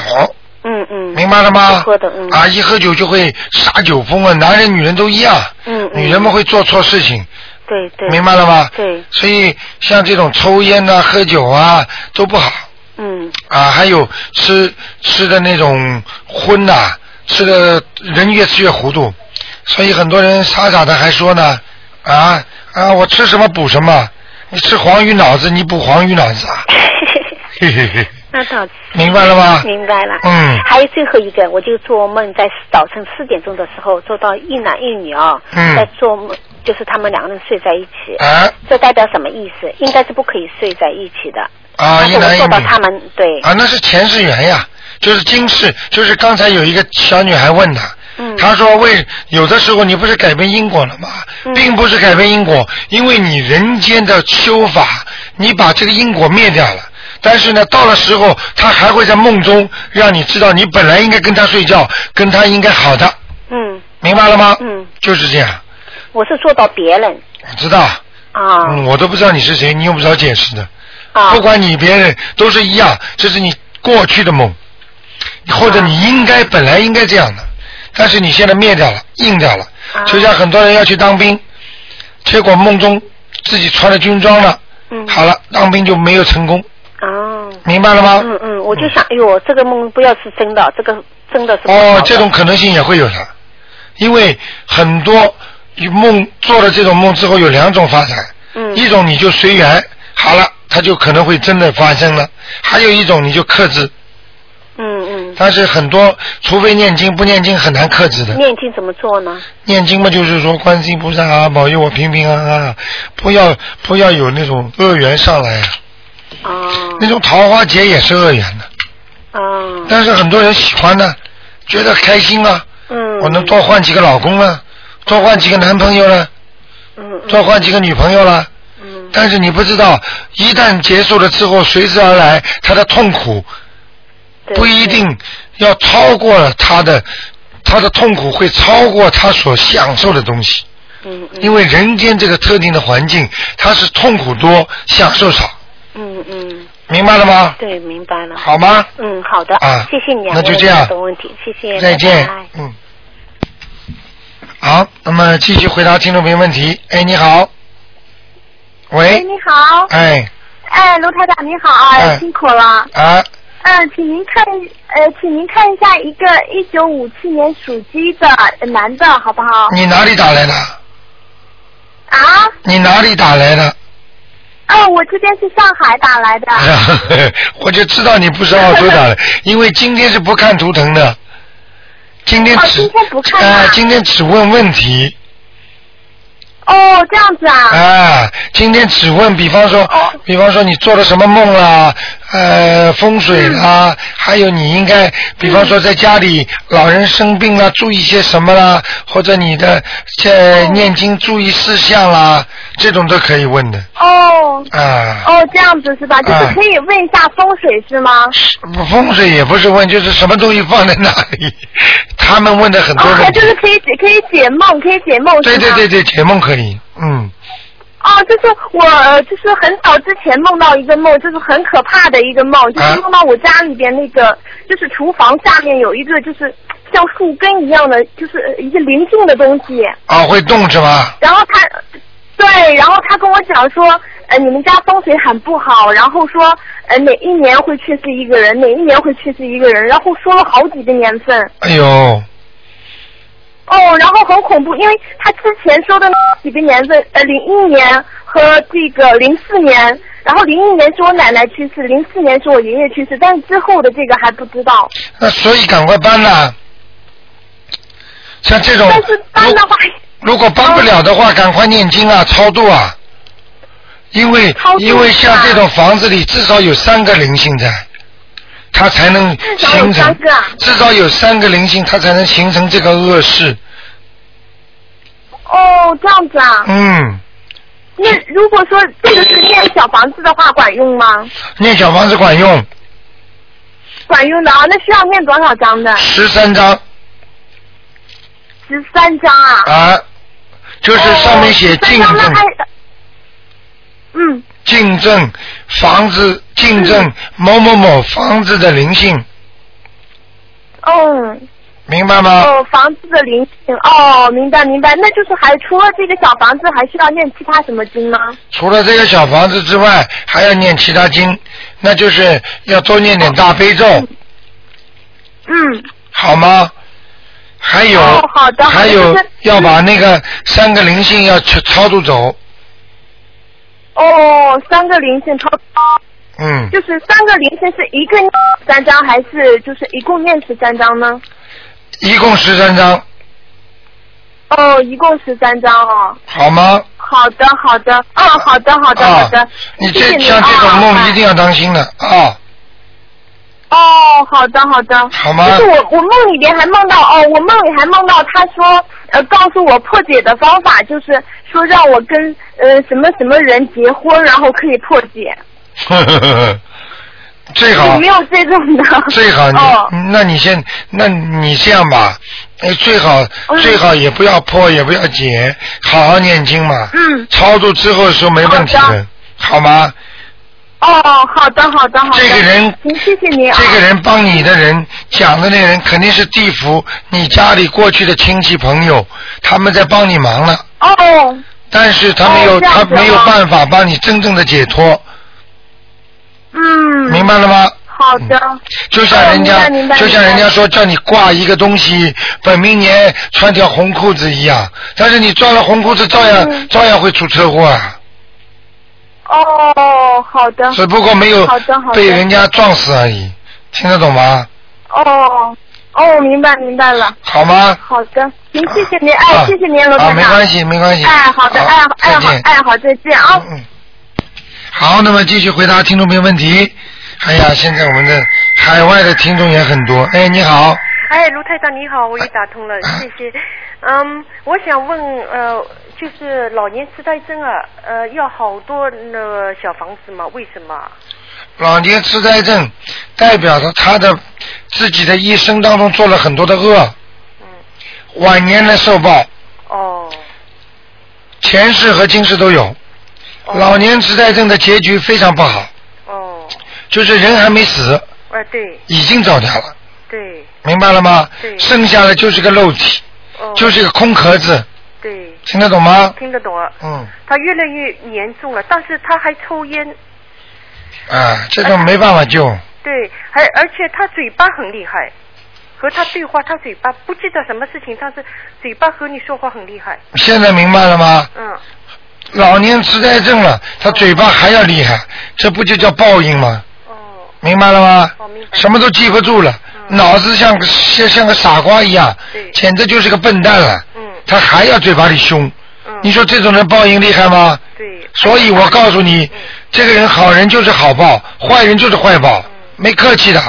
Speaker 9: 嗯嗯，
Speaker 2: 明白了吗？
Speaker 9: 喝的嗯
Speaker 2: 啊，一喝酒就会撒酒疯啊，男人女人都一样。
Speaker 9: 嗯嗯
Speaker 2: 女人们会做错事情，
Speaker 9: 对对，
Speaker 2: 明白了吗？
Speaker 9: 对，
Speaker 2: 所以像这种抽烟呐、喝酒啊都不好
Speaker 9: 嗯
Speaker 2: 啊，还有吃吃的那种荤呐、啊吃的人越吃越糊涂，所以很多人傻傻的还说呢，啊啊，我吃什么补什么，你吃黄鱼脑子，你补黄鱼脑子 啊，嘿嘿嘿，
Speaker 9: 那倒是。
Speaker 2: 明白了吗？
Speaker 9: 明白了。
Speaker 2: 嗯
Speaker 9: 还有最后一个，我就做梦，在早晨四点钟的时候，做到一男一女啊、
Speaker 2: 嗯
Speaker 9: 在做梦，就是他们两个人睡在一起。
Speaker 2: 啊
Speaker 9: 这代表什么意思？应该是不可以睡在一起的。
Speaker 2: 啊，
Speaker 9: 但
Speaker 2: 一
Speaker 9: 是我
Speaker 2: 男一
Speaker 9: 做到
Speaker 2: 女。
Speaker 9: 他们对，
Speaker 2: 啊，那是前世缘呀，就是今世，就是刚才有一个小女孩问他，
Speaker 9: 嗯
Speaker 2: 她说为有的时候你不是改变因果了吗？
Speaker 9: 嗯
Speaker 2: 并不是改变因果，因为你人间的修法，你把这个因果灭掉了。但是呢，到了时候，他还会在梦中让你知道，你本来应该跟他睡觉，跟他应该好的，
Speaker 9: 嗯
Speaker 2: 明白了吗？
Speaker 9: 嗯，
Speaker 2: 就是这样，
Speaker 9: 我是做到别人
Speaker 2: 我知道，
Speaker 9: 啊、
Speaker 2: 嗯，我都不知道你是谁，你用不着解释的。
Speaker 9: 啊
Speaker 2: 不管你别人都是
Speaker 9: 啊
Speaker 2: 一样，这是你过去的梦，或者你应该本来应该这样的，但是你现在灭掉了，硬掉了。
Speaker 9: 啊
Speaker 2: 就像很多人要去当兵，结果梦中自己穿了军装了，
Speaker 9: 嗯
Speaker 2: 好了，当兵就没有成功，
Speaker 9: 哦，
Speaker 2: 明白了吗？
Speaker 9: 嗯嗯，我就想，哎呦，这个梦不要是真的，这个真的是不好的
Speaker 2: 哦，这种可能性也会有的，因为很多梦做了这种梦之后有两种发展，
Speaker 9: 嗯
Speaker 2: 一种你就随缘，好了，它就可能会真的发生了；还有一种你就克制，
Speaker 9: 嗯
Speaker 2: 但是很多除非念经，不念经很难克制的
Speaker 9: 嗯，。念经怎么做呢？
Speaker 2: 念经嘛，就是说观世音菩萨啊，保佑我平平安安啊，不要不要有那种恶缘上来啊。
Speaker 9: 哦
Speaker 2: 那种桃花劫也是恶缘的，
Speaker 9: 哦，
Speaker 2: 但是很多人喜欢呢，觉得开心啊，
Speaker 9: 嗯，
Speaker 2: 我能多换几个老公了，多换几个男朋友了，
Speaker 9: 嗯
Speaker 2: 多换几个女朋友了。
Speaker 9: 嗯
Speaker 2: 但是你不知道，一旦结束了之后，随之而来他的痛苦
Speaker 9: 对
Speaker 2: 不一定要超过了他的，他的痛苦会超过他所享受的东西，
Speaker 9: 嗯嗯
Speaker 2: 因为人间这个特定的环境，它是痛苦多，享受少，
Speaker 9: 嗯嗯，
Speaker 2: 明白了吗？
Speaker 9: 对，明白了。
Speaker 2: 好吗？
Speaker 9: 嗯，好的，
Speaker 2: 啊
Speaker 9: 谢谢你啊，
Speaker 2: 那就
Speaker 9: 我也
Speaker 2: 这样
Speaker 9: 没有懂问题，谢谢，
Speaker 2: 再见
Speaker 9: 拜拜。
Speaker 2: 嗯。好，那么继续回答听众朋友问题。哎，你好。
Speaker 9: 哎
Speaker 10: 喂，
Speaker 2: 喂
Speaker 10: 你。好，
Speaker 2: 哎，
Speaker 10: 哎，卢台长你好啊，
Speaker 2: 哎
Speaker 10: 辛苦了。
Speaker 2: 啊，
Speaker 10: 嗯，请您看，呃，请您看一下一个一九五七年属鸡的呃男的，好不好？
Speaker 2: 你哪里打来的？
Speaker 10: 啊？
Speaker 2: 你哪里打来的？
Speaker 10: 哦，我这边是上海打来的。
Speaker 2: 我就知道你不是澳洲打 的，因为今天是不看图腾的，今天
Speaker 10: 哦，
Speaker 2: 只
Speaker 10: 今天不看
Speaker 2: 哎、
Speaker 10: 啊。
Speaker 2: 今天只问问题，
Speaker 10: 哦，这样子啊。哦
Speaker 2: 哎、今天只问，比方说，比方说你做了什么梦啦，呃，风水啦，还有你应该，比方
Speaker 10: 嗯
Speaker 2: 说在家里老人生病啦，注意些什么啦，或者你的
Speaker 10: 哦
Speaker 2: 在念经注意事项啦，这种都可以问的，
Speaker 10: 哦。
Speaker 2: 啊、
Speaker 10: 哦，这样子是吧？就是
Speaker 2: 哎
Speaker 10: 可以问一下风水是吗？
Speaker 2: 风水也不是问，就是什么东西放在那里，他们问的很多
Speaker 10: 哦
Speaker 2: 人，，
Speaker 10: 就是可以解可以解梦，可以解梦是
Speaker 2: 对
Speaker 10: 吗？
Speaker 2: 对对对，解梦可以，嗯，
Speaker 10: 哦，就是我呃就是很早之前梦到一个梦，就是很可怕的一个梦，就
Speaker 2: 啊
Speaker 10: 是梦到我家里边那个，就是厨房下面有一个就是像树根一样的，就是呃一个灵性的东西。
Speaker 2: 啊，会动是吧？
Speaker 10: 然后他，对，然后他跟我讲说，呃，你们家风水很不好，然后说，呃，哪一年会去世一个人，哪一年会去世一个人，然后说了好几个年份。
Speaker 2: 哎呦，
Speaker 10: 哦，然后很恐怖，因为他之前说的那几个年份，呃，零一年和这个零四年，然后零一年是我奶奶去世，零四年是我爷爷去世，但是之后的这个还不知道。
Speaker 2: 那所以赶快搬呐。像这种，
Speaker 10: 但是搬的话，
Speaker 2: 如果搬不了的话，赶快念经啊，超度啊，因为
Speaker 10: 超度
Speaker 2: 因为像
Speaker 10: 是吧
Speaker 2: 这种房子里至少有三个灵性在，它才能
Speaker 10: 至少有
Speaker 2: 形
Speaker 10: 三
Speaker 2: 成
Speaker 10: 个啊，
Speaker 2: 至少有三个灵性，它才能形成这个恶事，
Speaker 10: 哦，这样子啊。
Speaker 2: 嗯。
Speaker 10: 那如果说这个是念小房子的话，管用吗？
Speaker 2: 念小房子管用，
Speaker 10: 管用的啊，那需要念多少张的？
Speaker 2: 十三章
Speaker 10: 十三张啊。
Speaker 2: 啊，就是上面写
Speaker 10: 哦13
Speaker 2: 竞
Speaker 10: 张那
Speaker 2: 争
Speaker 10: 还，嗯，
Speaker 2: 竞争房子竞争某某某房子的灵性，
Speaker 10: 哦，
Speaker 2: 明白吗？
Speaker 10: 哦，房子的灵性，哦，明白明白，那就是还除了这个小房子，还需要念其他什么经吗？
Speaker 2: 除了这个小房子之外，还要念其他经，那就是要多念点大悲咒，
Speaker 10: 嗯，
Speaker 2: 好吗？还有
Speaker 10: 哦好的好的
Speaker 2: 还有
Speaker 10: 就是嗯
Speaker 2: 要把那个三个灵性要去超度走，
Speaker 10: 哦，三个灵性超，
Speaker 2: 嗯，
Speaker 10: 就是三个灵性是一个念三张，还是就是一共念十三张呢？
Speaker 2: 一共十三章，
Speaker 10: 哦，一共十三张哦。
Speaker 2: 好吗？
Speaker 10: 好的，好的，嗯，好的，好的，好的
Speaker 2: 啊。，你
Speaker 10: 谢谢
Speaker 2: 这
Speaker 10: 你
Speaker 2: 像这种
Speaker 10: 哦
Speaker 2: 梦
Speaker 10: 哎
Speaker 2: 一定要当心的啊。
Speaker 10: 哦，好的好的。
Speaker 2: 好吗
Speaker 10: 就是我我梦里边还梦到哦，我梦里还梦到他说呃告诉我破解的方法，就是说让我跟呃什么什么人结婚，然后可以破解。
Speaker 2: 最
Speaker 10: 有
Speaker 2: 好
Speaker 10: 没有这种的？
Speaker 2: 最好你，
Speaker 10: 哦
Speaker 2: 那你先，那你这样吧，呃最好
Speaker 10: 嗯
Speaker 2: 最好也不要破，也不要解，好好念经嘛。
Speaker 10: 嗯
Speaker 2: 超度之后说没问题
Speaker 10: 好
Speaker 2: 的
Speaker 10: 的，
Speaker 2: 好吗？
Speaker 10: 哦，好的，好的，好的。
Speaker 2: 这个人
Speaker 10: 行，谢谢您啊。
Speaker 2: 这个人帮你的人讲的那人肯定是地府，你家里过去的亲戚朋友，他们在帮你忙了，
Speaker 10: 哦，
Speaker 2: 但是他没有、
Speaker 10: 哦这样子
Speaker 2: 他
Speaker 10: 啊
Speaker 2: 没有办法帮你真正的解脱，
Speaker 10: 嗯。
Speaker 2: 明白了吗？嗯
Speaker 10: 好的。
Speaker 2: 就像人
Speaker 10: 哦
Speaker 2: 家
Speaker 10: 明白明白
Speaker 2: 就像人
Speaker 10: 明
Speaker 2: 家
Speaker 10: 白
Speaker 2: 说叫你挂一个东西，本命年穿条红裤子一样，但是你穿了红裤子照样、
Speaker 10: 嗯
Speaker 2: 照样会出车祸啊，
Speaker 10: 哦，好的。
Speaker 2: 只不过没有
Speaker 10: 好的，好的。
Speaker 2: 被人家撞死而已，听得懂吗？
Speaker 10: 哦，哦，明白明白了。
Speaker 2: 好吗？
Speaker 10: 好的，行，谢谢您，哎，
Speaker 2: 啊
Speaker 10: 谢谢您，罗
Speaker 2: 啊，
Speaker 10: 台
Speaker 2: 没
Speaker 10: 长。
Speaker 2: 关系，没关系。
Speaker 10: 哎，好的，哎，哎，
Speaker 2: 再
Speaker 10: 好
Speaker 2: 见，。
Speaker 10: 哎，好，再见啊。
Speaker 2: 好，那么继续回答听众朋友问题。哎呀，现在我们的海外的听众也很多。哎，你好，
Speaker 11: 哎，卢太长你好，我又打 通了，谢谢。嗯，我想问，呃，就是老年痴呆症啊，呃，要好多那个小房子吗？为什么？
Speaker 2: 老年痴呆症代表着他的自己的一生当中做了很多的恶，
Speaker 11: 嗯
Speaker 2: 晚年的受报。哦。前世和今世都有。
Speaker 11: 哦
Speaker 2: 老年痴呆症的结局非常不好。哦。就是人还没死，
Speaker 11: 呃，对
Speaker 2: 已经走掉了。
Speaker 11: 对
Speaker 2: 明白了吗？剩下的就是个肉体，就是个空壳子，
Speaker 11: 哦对。
Speaker 2: 听得懂吗？
Speaker 11: 听得懂啊。
Speaker 2: 嗯，
Speaker 11: 他越来越严重了，但是他还抽烟，
Speaker 2: 啊，这个没办法救，
Speaker 11: 对，还而且他嘴巴很厉害，和他对话，他嘴巴不记得什么事情，但是嘴巴和你说话很厉害。
Speaker 2: 现在明白了吗？
Speaker 11: 嗯，
Speaker 2: 老年痴呆症了，他嘴巴还要厉害，这不就叫报应吗？哦明白了嗯吗？什么都记不住了，脑子像个像像个傻瓜一样，简直就是个笨蛋了。他还要嘴巴里凶，你说这种人报应厉害吗？嗯对。嗯所以我告诉你，这个人好人就是好报，坏人就是坏报，没客气的。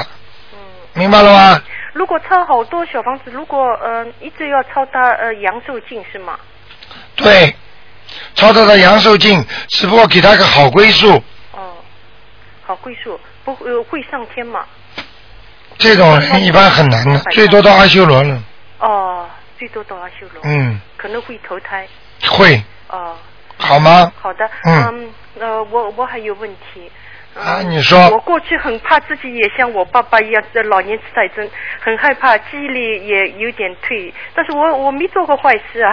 Speaker 2: 嗯明白了吗？
Speaker 11: 如果抄好多小房子，如果呃一直要抄他呃阳寿尽是吗？
Speaker 2: 对，超他的阳寿尽，只不过给他个好归宿。
Speaker 11: 好归宿，不会、呃会上天嘛？
Speaker 2: 这种人一般很难的，最多到阿修罗了。
Speaker 11: 哦，最多到阿修罗，
Speaker 2: 嗯，
Speaker 11: 可能会投胎。
Speaker 2: 会
Speaker 11: 哦，
Speaker 2: 好吗？
Speaker 11: 好的，
Speaker 2: 嗯
Speaker 11: 嗯，呃，我我还有问题。嗯
Speaker 2: 啊你说
Speaker 11: 我过去很怕自己也像我爸爸一样这老年痴呆症，很害怕，记忆力也有点退。但是我我没做过坏事啊。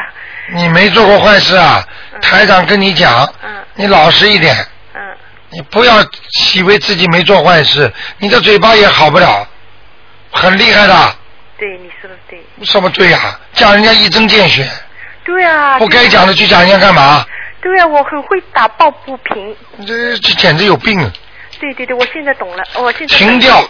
Speaker 2: 你没做过坏事啊？
Speaker 11: 嗯
Speaker 2: 台长跟你讲，你老实一点。你不要以为自己没做坏事，你的嘴巴也好不了，很厉害的。
Speaker 11: 对，你说的对。
Speaker 2: 什么对呀、讲人家一针见血，
Speaker 11: 对啊。
Speaker 2: 不该讲的去讲人家干嘛？
Speaker 11: 对啊，我很会打抱不平。
Speaker 2: 这这简直有病啊！
Speaker 11: 对对对，我现在懂了，哦我现在
Speaker 2: 停掉，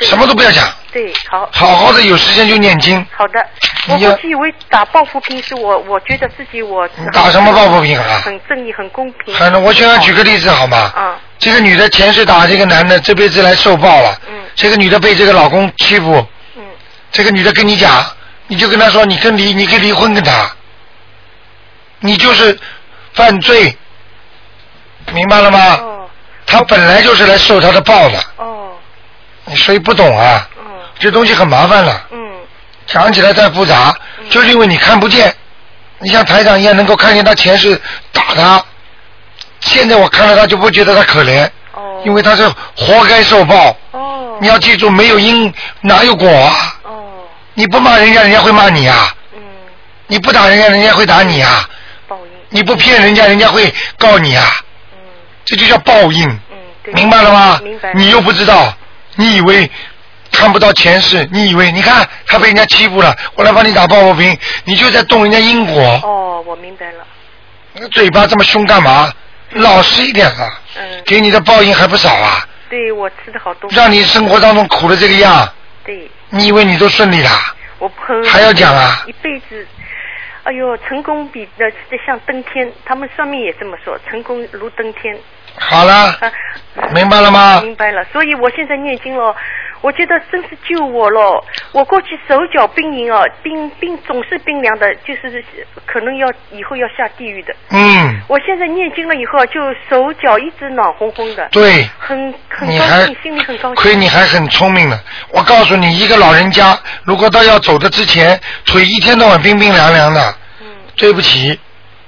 Speaker 2: 什么都不要讲，
Speaker 11: 对，好。
Speaker 2: 好好的有时间就念经。
Speaker 11: 好的，我
Speaker 2: 你要
Speaker 11: 过去以为打抱不平是我，我觉得自己我
Speaker 2: 打什么抱不平啊
Speaker 11: 很正义，很公平。
Speaker 2: 反正我现在举个例子好吗？
Speaker 11: 啊，
Speaker 2: 这个女的前世打这个男的，这辈子来受报了。嗯。这个女的被这个老公欺负。嗯。这个女的跟你讲，你就跟她说，你跟离，你可以离婚跟他，你就是犯罪，明白了吗？哦。她本来就是来受她的报的。哦。你所以不懂啊。嗯。这东西很麻烦了。嗯。讲起来太复杂，就是因为你看不见，你像台长一样能够看见他前世打他，现在我看到他就不觉得他可怜，
Speaker 11: 哦
Speaker 2: 因为他是活该受报。你要记住，没有因哪有果啊？
Speaker 11: 哦
Speaker 2: 你不骂人家，人家会骂你啊。
Speaker 11: 嗯
Speaker 2: 你不打人家，人家会打你啊。你不骗人家，人家会告你啊。这就叫报应。明白了吗？
Speaker 11: 嗯明白
Speaker 2: 你又不知道，你以为看不到前世，你以为你看他被人家欺负了，我来帮你打抱不平，你就在动人家因果。
Speaker 11: 哦，我明白了。
Speaker 2: 嘴巴这么凶干嘛？老实一点啊！
Speaker 11: 嗯
Speaker 2: 给你的报应还不少啊！
Speaker 11: 对我吃的好多。
Speaker 2: 让你生活当中苦的这个样，
Speaker 11: 对，
Speaker 2: 你以为你都顺利啦？
Speaker 11: 我很
Speaker 2: 还要讲啊
Speaker 11: 一辈子。哎呦，成功比那、这像登天，他们算命也这么说，成功如登天。
Speaker 2: 好了，
Speaker 11: 啊，
Speaker 2: 明白了吗
Speaker 11: 明白了，所以我现在念经了，我觉得真是救我了。我过去手脚冰冷哦，冰冰总是冰凉的，就是可能要以后要下地狱的。
Speaker 2: 嗯，
Speaker 11: 我现在念经了以后，就手脚一直暖烘烘的。
Speaker 2: 对
Speaker 11: 很很
Speaker 2: 你
Speaker 11: 高
Speaker 2: 还
Speaker 11: 兴，心里很高兴。
Speaker 2: 亏你还很聪明呢。我告诉你，一个老人家如果到要走的之前，腿一天到晚冰冰凉凉的，对不起，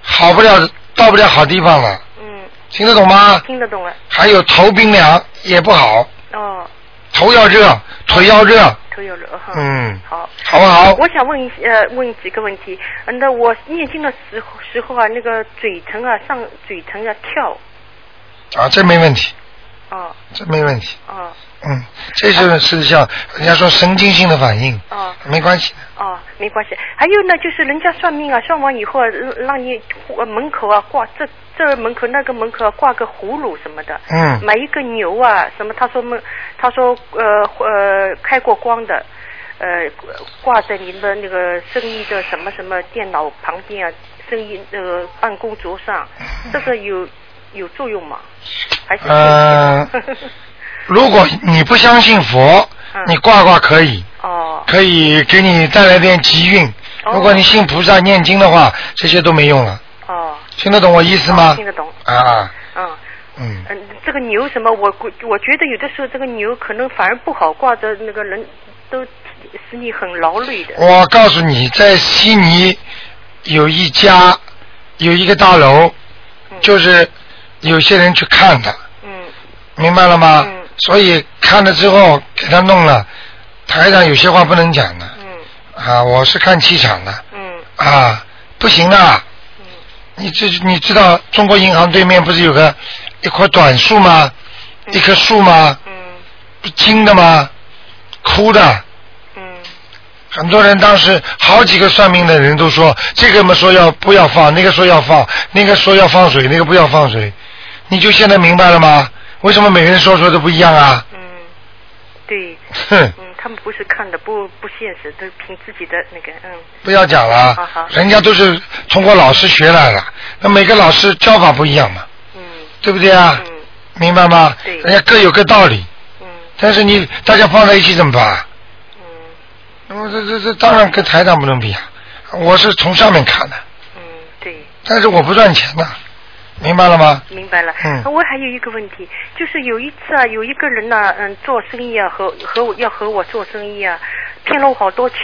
Speaker 2: 好不了，到不了好地方了。嗯。听得懂吗？
Speaker 11: 听得懂了。
Speaker 2: 还有头冰凉也不好，
Speaker 11: 哦，
Speaker 2: 头要热，腿要热，
Speaker 11: 头有了哈。
Speaker 2: 嗯，
Speaker 11: 好，
Speaker 2: 好不好？
Speaker 11: 我想问一呃问几个问题，嗯，那我念经的时候时候啊，那个嘴唇啊上嘴唇啊跳，
Speaker 2: 啊，这没问题，
Speaker 11: 哦
Speaker 2: 这没问题，
Speaker 11: 哦
Speaker 2: 嗯，这是是像人家说神经性的反应，
Speaker 11: 哦
Speaker 2: 没关系的。
Speaker 11: 哦，没关系。还有呢，就是人家算命啊，算完以后啊让让你呃门口啊挂这这门口那个门口啊挂个葫芦什么的，
Speaker 2: 嗯
Speaker 11: 买一个牛啊什么，他说们他说呃呃开过光的。呃，挂在您的那个生意的什么什么电脑旁边啊，生意那个办公桌上，
Speaker 2: 嗯
Speaker 11: 这个有有作用吗？还是
Speaker 2: 呃 如果你不相信佛，你挂挂可以，
Speaker 11: 嗯哦
Speaker 2: 可以给你带来点吉运。如果你信菩萨念经的话，这些都没用了。
Speaker 11: 哦，
Speaker 2: 听得懂我意思吗
Speaker 11: 听？得懂，
Speaker 2: 啊，
Speaker 11: 嗯。
Speaker 2: 嗯，
Speaker 11: 嗯，这个牛什么，我估我觉得有的时候这个牛可能反而不好挂着，那个人都使你很劳累的。
Speaker 2: 我告诉你，在悉尼有一家有一个大楼，就是有些人去看的。嗯。明白了吗？嗯。所以看了之后给他弄了，台上有些话不能讲的。嗯。啊，我是看气场的。嗯。啊，不行的。嗯。你知你知道中国银行对面不是有个一棵短树吗？一棵树吗？嗯。金的吗？枯的。很多人当时好几个算命的人都说，这个嘛说要不要放，那个说要放，那个说要放水，那个不要放水。你就现在明白了吗？为什么每个人说出来都不一样啊？
Speaker 11: 对，
Speaker 2: 哼，
Speaker 11: 嗯，他们不是看的不不现实，都是凭自己的那个嗯。
Speaker 2: 不要讲了啊
Speaker 11: 好好，
Speaker 2: 人家都是通过老师学来的，那每个老师教法不一样嘛，对不对啊？明白吗？人家各有各道理。但是你大家放在一起怎么办啊？那么这这这当然跟台长不能比啊，我是从上面看的。
Speaker 11: 对。
Speaker 2: 但是我不赚钱的，明白了吗？
Speaker 11: 明白了。
Speaker 2: 嗯
Speaker 11: 我还有一个问题，就是有一次啊，有一个人呢、嗯，做生意啊，和和我要和我做生意啊，骗了我好多钱。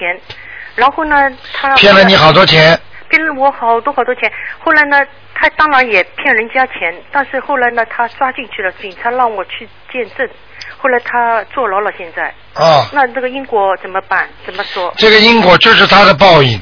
Speaker 11: 然后呢，他
Speaker 2: 骗了你好多钱，
Speaker 11: 骗了我好多好多钱。后来呢，他当然也骗人家钱，但是后来呢，他抓进去了，警察让我去见证。后来他坐牢了，现在。
Speaker 2: 啊
Speaker 11: 那这个因果怎么办？怎么说？
Speaker 2: 这个因果就是他的报应，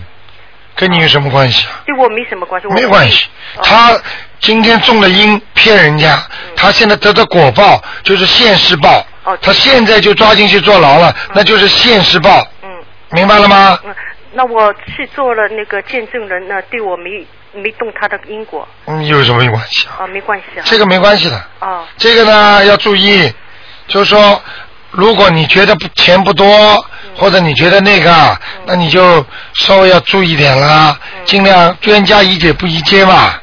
Speaker 2: 跟你有什么关系啊？
Speaker 11: 对我没什么关系。我
Speaker 2: 没关系，他今天种了因骗人家，他现在得的果报就是现世报。他现在就抓进去坐牢了，那就是现世报。嗯，明白了吗？
Speaker 11: 嗯，那我去做了那个见证人呢，对我没没动他的因果。
Speaker 2: 嗯，有什么关系？
Speaker 11: 啊，没关系啊。
Speaker 2: 这个没关系的。
Speaker 11: 哦，
Speaker 2: 这个呢要注意，就是说，如果你觉得不钱不多，或者你觉得那个啊，那你就稍微要注意点啦，尽量冤家宜解不宜结嘛，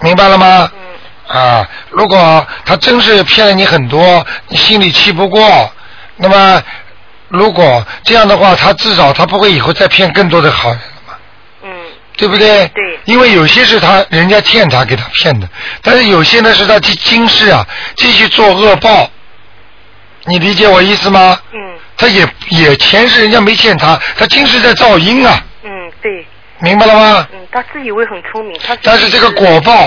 Speaker 2: 明白了吗？
Speaker 11: 嗯
Speaker 2: 啊，如果他真是骗了你很多，你心里气不过，那么如果这样的话，他至少他不会以后再骗更多的好人了嘛，嗯，对不对？
Speaker 11: 对，
Speaker 2: 因为有些是他人家欠他给他骗的，但是有些呢是他今今世啊继续做恶报，你理解我意思吗？
Speaker 11: 嗯，
Speaker 2: 他也也钱是人家没欠他，他今世在造因啊，
Speaker 11: 嗯，对。
Speaker 2: 明白了吗？
Speaker 11: 嗯，他自以为很聪明，他
Speaker 2: 但是这个果报，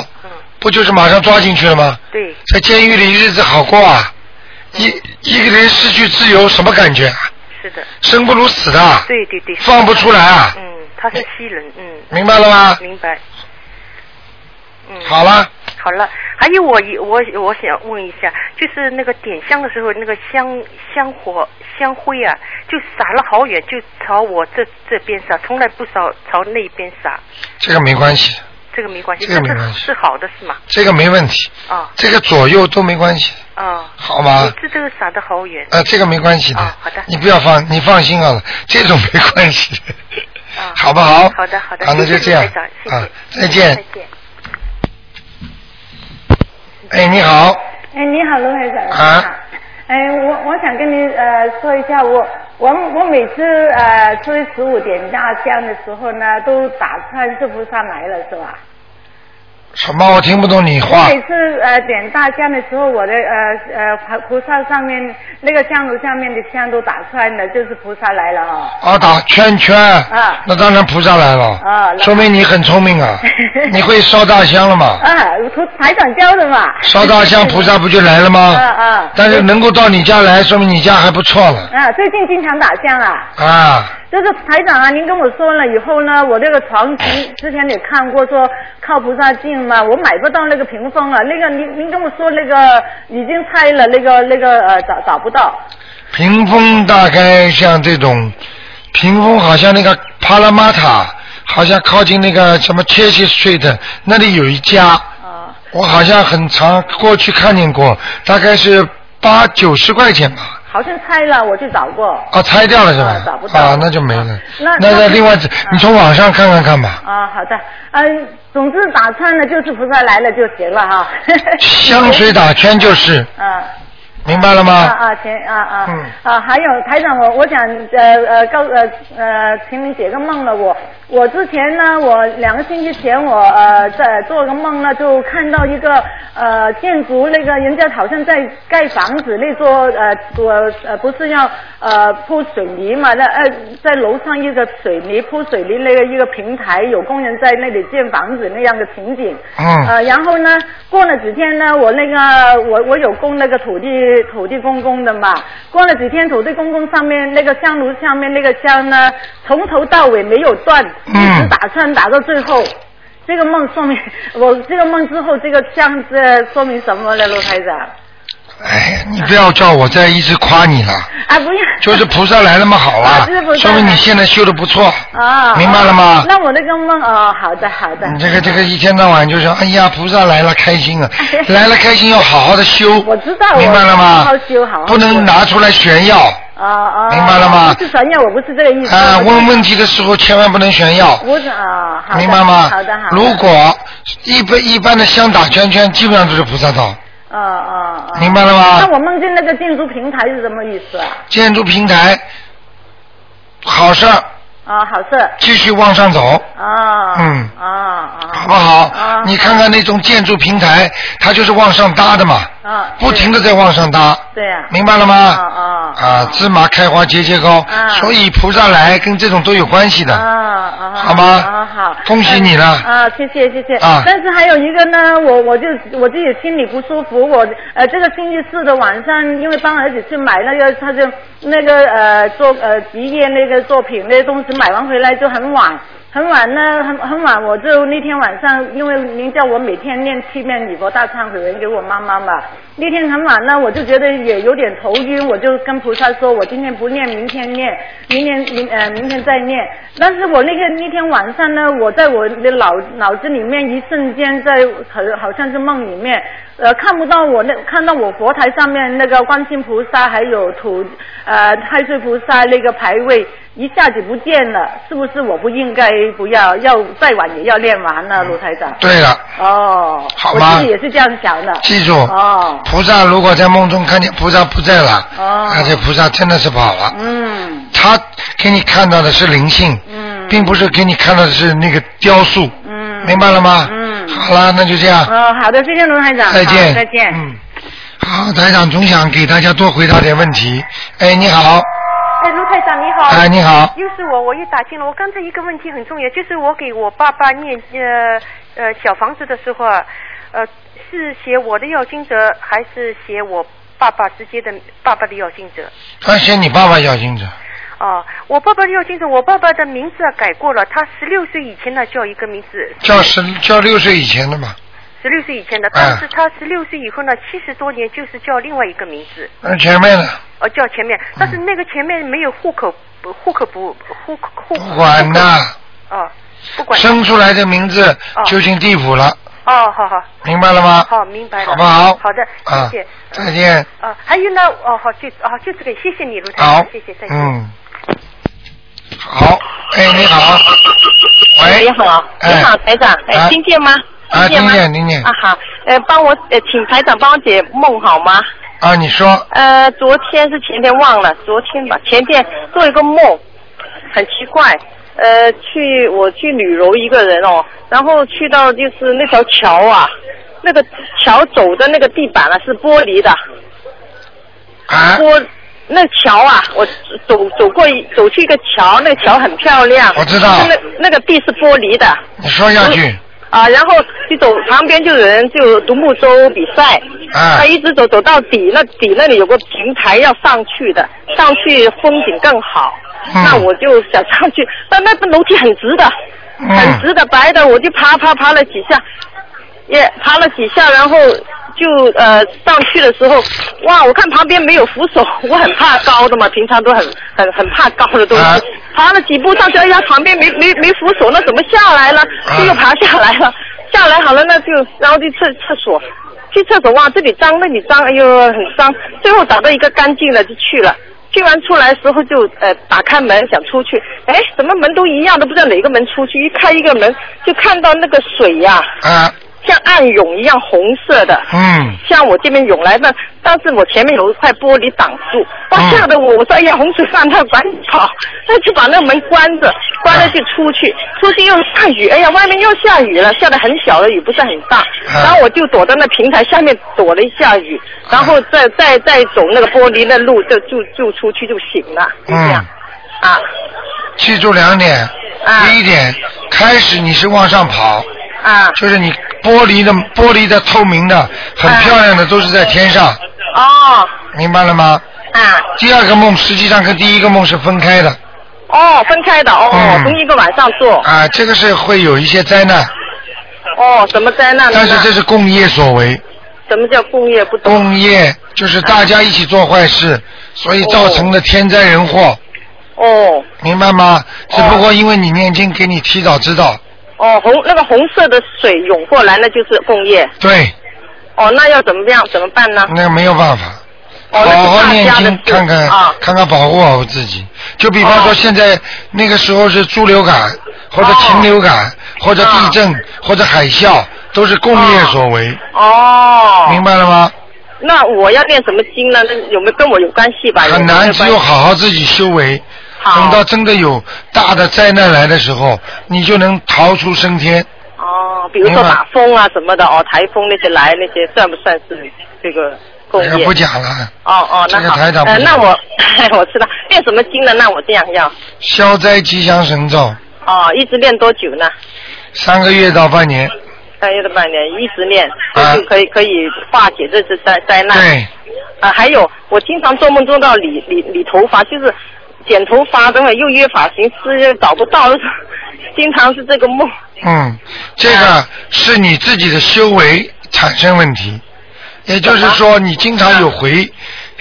Speaker 2: 不就是马上抓进去了吗？
Speaker 11: 嗯对，嗯
Speaker 2: 在监狱里日子好过啊，一一个人失去自由什么感觉啊？
Speaker 11: 是的。
Speaker 2: 生不如死的，啊
Speaker 11: 对对对。
Speaker 2: 放不出来啊
Speaker 11: 嗯，他是西人，嗯。
Speaker 2: 明白了吗
Speaker 11: 明白。嗯。
Speaker 2: 好了。
Speaker 11: 好了，还有我一我我想问一下，就是那个点香的时候，那个香香火香灰啊，就撒了好远，就朝我这这边撒，从来不扫朝那边撒。
Speaker 2: 这个没关系，
Speaker 11: 这个没关系，
Speaker 2: 这个没
Speaker 11: 但是
Speaker 2: 关系
Speaker 11: 是好的是吗？
Speaker 2: 这个没问题，
Speaker 11: 啊
Speaker 2: 这个左右都没关系，
Speaker 11: 啊，
Speaker 2: 好吗
Speaker 11: 这这个撒的好远。
Speaker 2: 啊，这个没关系的，
Speaker 11: 哦好的
Speaker 2: 你不要放，你放心好了，这种没关系的，好不好？
Speaker 11: 好哦的好的，
Speaker 2: 好，那
Speaker 11: 谢
Speaker 2: 就
Speaker 11: 谢
Speaker 2: 这样
Speaker 11: 台长谢谢
Speaker 2: 啊，再见
Speaker 12: 再。见。
Speaker 2: 哎，你好，
Speaker 12: 哎，你好，卢台长。
Speaker 2: 啊。
Speaker 12: 哎，我我想跟你呃说一下，我我我每次呃初一十五点大香的时候呢，都打穿是菩萨来了是吧？
Speaker 2: 什么？我听不懂你话
Speaker 12: 我。每次呃点大香的时候，我的呃呃菩菩萨上面那个香炉下面的香都打出来了，就是菩萨来了哈、
Speaker 2: 啊，打圈圈。
Speaker 12: 啊
Speaker 2: 那当然菩萨来了。
Speaker 12: 啊
Speaker 2: 说明你很聪 明啊。你会烧大香了 吗？
Speaker 12: 啊，菩台长教的嘛。
Speaker 2: 烧大香，菩萨不就来了吗？
Speaker 12: 啊啊。
Speaker 2: 但是能够到你家来，说明你家还不错了
Speaker 12: 啊，最近经常打香啊。
Speaker 2: 啊。
Speaker 12: 就是台长啊，您跟我说了以后呢，我这个床之之前也看过说靠菩萨近嘛，我买不到那个屏风啊，那个您您跟我说那个已经拆了，那个那个呃找找不到。
Speaker 2: 屏风大概像这种，屏风好像那个帕拉玛塔，好像靠近那个什么切西 Street 那里有一家。
Speaker 12: 啊
Speaker 2: 我好像很长过去看见过，大概是八九十块钱吧。
Speaker 12: 好像拆了，我去找过。
Speaker 2: 啊，拆掉了是吧
Speaker 12: 啊？找不到。
Speaker 2: 啊，那就没了。
Speaker 12: 那
Speaker 2: 那
Speaker 12: 那
Speaker 2: 另外，你从网上看看看吧。
Speaker 12: 啊，好的，嗯、总之打穿了就是菩萨来了就行了哈。
Speaker 2: 香水打圈就是，
Speaker 12: 啊。
Speaker 2: 明白了
Speaker 12: 啊
Speaker 2: 吗？嗯
Speaker 12: 啊，前啊啊、啊，还有台长，我我想呃呃告呃呃，请你解个梦了。我我之前呢，我两个星期前我呃在做个梦呢，就看到一个呃建筑那个人家好像在盖房子，那座呃我呃不是要呃铺水泥嘛，那呃在楼上一个水泥铺水泥那个一个平台，有工人在那里建房子那样的情景。
Speaker 2: 嗯
Speaker 12: 呃，然后呢，过了几天呢，我那个我我有供那个土地土地公公的嘛，过了几天土地公公上面那个香炉上面那个香呢，从头到尾没有断，
Speaker 2: 嗯
Speaker 12: 一直打穿打到最后。这个梦说明 我这个梦之后，这个香这说明什么呢，罗台长？
Speaker 2: 哎你不要叫我再一直夸 你了，
Speaker 12: 啊，不要。
Speaker 2: 就是菩萨来那么好啊
Speaker 12: 是菩，萨
Speaker 2: 说明你现在修的不错。
Speaker 12: 啊，
Speaker 2: 明白了吗嗯
Speaker 12: 哦那我那个梦哦，好的好的。
Speaker 2: 你这个这个一天到晚就说，哎呀，菩萨来了，开心啊！来了开心要好好的修，
Speaker 12: 哎我知道，我
Speaker 2: 明白了吗
Speaker 12: 好好修，好好修
Speaker 2: 不能拿出来炫耀。
Speaker 12: 啊啊！
Speaker 2: 明白了吗
Speaker 12: 不是炫耀，我不是这个意思。
Speaker 2: 啊
Speaker 12: 我，就是
Speaker 2: 问问题的时候千万不能炫耀，
Speaker 12: 我是啊，好的
Speaker 2: 明白吗？
Speaker 12: 好的好的。
Speaker 2: 如果一般一般的香打圈圈，基本上都是菩萨道。
Speaker 12: 啊啊啊！
Speaker 2: 明白了吗
Speaker 12: 那我梦见那个建筑平台是什么意思啊？
Speaker 2: 建筑平台，好事儿
Speaker 12: 啊，好事。
Speaker 2: 继续往上走。
Speaker 12: 啊。
Speaker 2: 嗯
Speaker 12: 啊啊。
Speaker 2: 好不好
Speaker 12: 啊。？
Speaker 2: 你看看那种建筑平台，它就是往上搭的嘛，
Speaker 12: 啊。
Speaker 2: 不停的在往上搭。
Speaker 12: 对呀。
Speaker 2: 明白了吗
Speaker 12: 啊
Speaker 2: 啊，芝麻开花节节高，所以菩萨来跟这种都有关系
Speaker 12: 啊。
Speaker 2: 的。
Speaker 12: 啊啊。
Speaker 2: 好吗
Speaker 12: 啊好。
Speaker 2: 恭喜你了
Speaker 12: 啊，谢谢谢谢。
Speaker 2: 啊
Speaker 12: 但是还有一个呢，我我就我自己心里不舒服，我呃这个星期四的晚上，因为帮儿子去买那个他就那个呃做呃吉业那个作品那些东西，买完回来就很晚。很晚呢，很很晚，我就那天晚上，因为您叫我每天念七遍礼佛大忏悔文给我妈妈嘛，那天很晚呢，我就觉得也有点头晕，我就跟菩萨说，我今天不念，明天念，明天明呃明天再念。但是我那天那天晚上呢，我在我的脑脑子里面一瞬间在好好像是梦里面，呃看不到我那看到我佛台上面那个观世音菩萨还有土呃太岁菩萨那个牌位一下子不见了，是不是我不应该不要要再晚也要练完呢，卢台长？
Speaker 2: 对了，
Speaker 12: 哦，
Speaker 2: 好
Speaker 12: 我
Speaker 2: 吗
Speaker 12: 自己也是这样想的。
Speaker 2: 记住
Speaker 12: 哦，
Speaker 2: 菩萨如果在梦中看见菩萨不在了，
Speaker 12: 哦
Speaker 2: 那这菩萨真的是跑了。
Speaker 12: 嗯，
Speaker 2: 他给你看到的是灵性，并不是给你看到的是那个雕塑，
Speaker 12: 嗯
Speaker 2: 明白了吗？好了，那就这样。
Speaker 12: 哦，好的，谢谢卢台长，
Speaker 2: 再见
Speaker 12: 好再见。
Speaker 2: 嗯好，台长总想给大家多回答点问题。哎，你好，
Speaker 13: 哎，卢台长你好。
Speaker 2: 哎你好
Speaker 13: 又是我，我又打进了。我刚才一个问题很重要，就是我给我爸爸念呃呃小房子的时候啊，呃是写我的要经者，还是写我爸爸直接的爸爸的要经者？
Speaker 2: 他写你爸爸要经者，
Speaker 13: 哦，我爸爸的要经者，我爸爸的名字啊改过了，他十六岁以前呢叫一个名字，
Speaker 2: 叫十叫六岁以前的嘛，
Speaker 13: 十六岁以前的，但
Speaker 2: 嗯
Speaker 13: 是他十六岁以后呢，七十多年就是叫另外一个名字。
Speaker 2: 嗯，前面的嗯
Speaker 13: 哦，叫前面，但是那个前面没有户口，不户口不户口户
Speaker 2: 不管呐，
Speaker 13: 哦，不管
Speaker 2: 生出来的名字就进地府了。
Speaker 13: 哦，好好，
Speaker 2: 明白了吗
Speaker 13: 好，明白了，
Speaker 2: 好不好
Speaker 13: 好的，
Speaker 2: 啊
Speaker 13: 谢谢，
Speaker 2: 再见。
Speaker 13: 啊，还有呢，哦，好，就哦，就这个，谢谢你，卢台
Speaker 2: 好
Speaker 13: 长，，谢谢，再见。
Speaker 2: 嗯，好，哎，你好，喂，
Speaker 14: 哎你好，你好，台长，哎，听见吗？
Speaker 2: 啊，
Speaker 14: 听见
Speaker 2: 听
Speaker 14: 吗？
Speaker 2: 见，听见，
Speaker 14: 啊好，呃，帮我呃，请台长帮我解梦好吗？
Speaker 2: 啊，你说，
Speaker 14: 呃，昨天是前天忘了，昨天吧，前天做一个梦，很奇怪，呃，去我去旅游一个人哦，然后去到就是那条桥啊，那个桥走的那个地板啊是玻璃的，
Speaker 2: 啊
Speaker 14: 玻那桥啊，我走走过一走去一个桥，那个桥很漂亮，
Speaker 2: 我知道
Speaker 14: 那那个地是玻璃的
Speaker 2: 你说下去，
Speaker 14: 啊，然后就走旁边就有人就有独木舟比赛，
Speaker 2: 啊
Speaker 14: 他一直走走到底，那底那里有个平台要上去的，上去风景更好， 那我就想上去，但那个楼梯很直的，很直的白的，我就爬爬爬了几下，也爬了几下，然后就呃上去的时候，哇，我看旁边没有扶手，我很怕高的嘛，平常都很很很怕高的东西， 爬了几步上去，哎呀，旁边没没没扶手，那怎么下来了？就又爬下来了，下来好了，那就然后就厕厕所。去厕所哇，这里脏那里脏，哎呦很脏。最后找到一个干净的就去了，去完出来的时候就呃打开门想出去，哎怎么门都一样，都不知道哪个门出去。一开一个门就看到那个水呀、
Speaker 2: 啊，
Speaker 14: 像暗涌一样红色的，
Speaker 5: 哦
Speaker 2: 嗯，
Speaker 14: 向我这边涌来的，但是我前面有一块玻璃挡住，
Speaker 2: 嗯
Speaker 14: 哇，吓得我，我说哎呀，洪水泛滥，赶紧跑，那就把那个门关着，关了就出去，出去又下雨，哎呀，外面又下雨了，下的很小的雨，不是很大，
Speaker 2: 嗯
Speaker 14: 然后我就躲在那平台下面躲了一下雨，然后再再再走那个玻璃那路，就就就出去就行了，
Speaker 2: 嗯，
Speaker 14: 啊
Speaker 2: 记住两点，第一点，开始你是往上跑，
Speaker 14: 啊，
Speaker 2: 就是你玻璃的玻璃的透明的，很漂亮的都是在天上，
Speaker 14: 哦，
Speaker 2: 明白了吗？
Speaker 14: 啊，
Speaker 2: 第二个梦实际上跟第一个梦是分开的，
Speaker 14: 哦，分开的哦，
Speaker 2: 嗯
Speaker 14: 同一个晚上做，
Speaker 2: 啊，这个是会有一些灾难，
Speaker 14: 哦，什么灾难呢？
Speaker 2: 但是这是共业所为，
Speaker 14: 什么叫工业不懂？
Speaker 2: 共业就是大家一起做坏事，所以造成的天灾人祸，
Speaker 14: 哦
Speaker 2: 明白吗？只不过因为你念经，给你提早知道，
Speaker 14: 哦，红那个红色的水涌过来，那就是工业。
Speaker 2: 对，
Speaker 14: 哦，那要怎么样？怎么办呢？
Speaker 2: 那个没有办法。
Speaker 14: 啊哦，那
Speaker 2: 好
Speaker 14: 是
Speaker 2: 好
Speaker 14: 大
Speaker 2: 念
Speaker 14: 家的
Speaker 2: 经，看看、
Speaker 14: 啊哦
Speaker 2: 看看保护好自己。就比方说现在、那个时候是猪流感，或者
Speaker 14: 哦
Speaker 2: 禽流感，或者地震，
Speaker 14: 啊
Speaker 2: 或者海啸，都是共业所为，
Speaker 14: 哦，
Speaker 2: 明白了吗？
Speaker 14: 那我要念什么经呢？那有没有跟我有关系吧？有
Speaker 2: 很
Speaker 14: 没
Speaker 2: 难，
Speaker 14: 有
Speaker 2: 只
Speaker 14: 关系
Speaker 2: 有好好自己修为。等到真的有大的灾难来的时候，你就能逃出升天。
Speaker 14: 哦，比如说
Speaker 2: 明白
Speaker 14: 打风啊什么的，哦，台风那些来那些，算不算是这个工
Speaker 2: 这个
Speaker 14: 业？
Speaker 2: 哎不讲了，
Speaker 14: 哦哦，
Speaker 2: 这
Speaker 14: 那
Speaker 2: 个
Speaker 14: 好，
Speaker 2: 台长不
Speaker 14: 呃，
Speaker 2: 讲
Speaker 14: 那我我 知道念什么经呢？那我这样要
Speaker 2: 消灾吉祥神咒，
Speaker 14: 哦，一直念多久呢？
Speaker 2: 三个月到半年。
Speaker 14: 三月的半年一直念，就是可以可以化解这次灾灾难。
Speaker 2: 啊对，
Speaker 14: 啊，还有我经常做梦做到理理理头发，就是剪头发，等会又约发型师又找不到， 经常是这个梦。
Speaker 2: 嗯，这个是你自己的修为产生问题，也就是说你经常有回，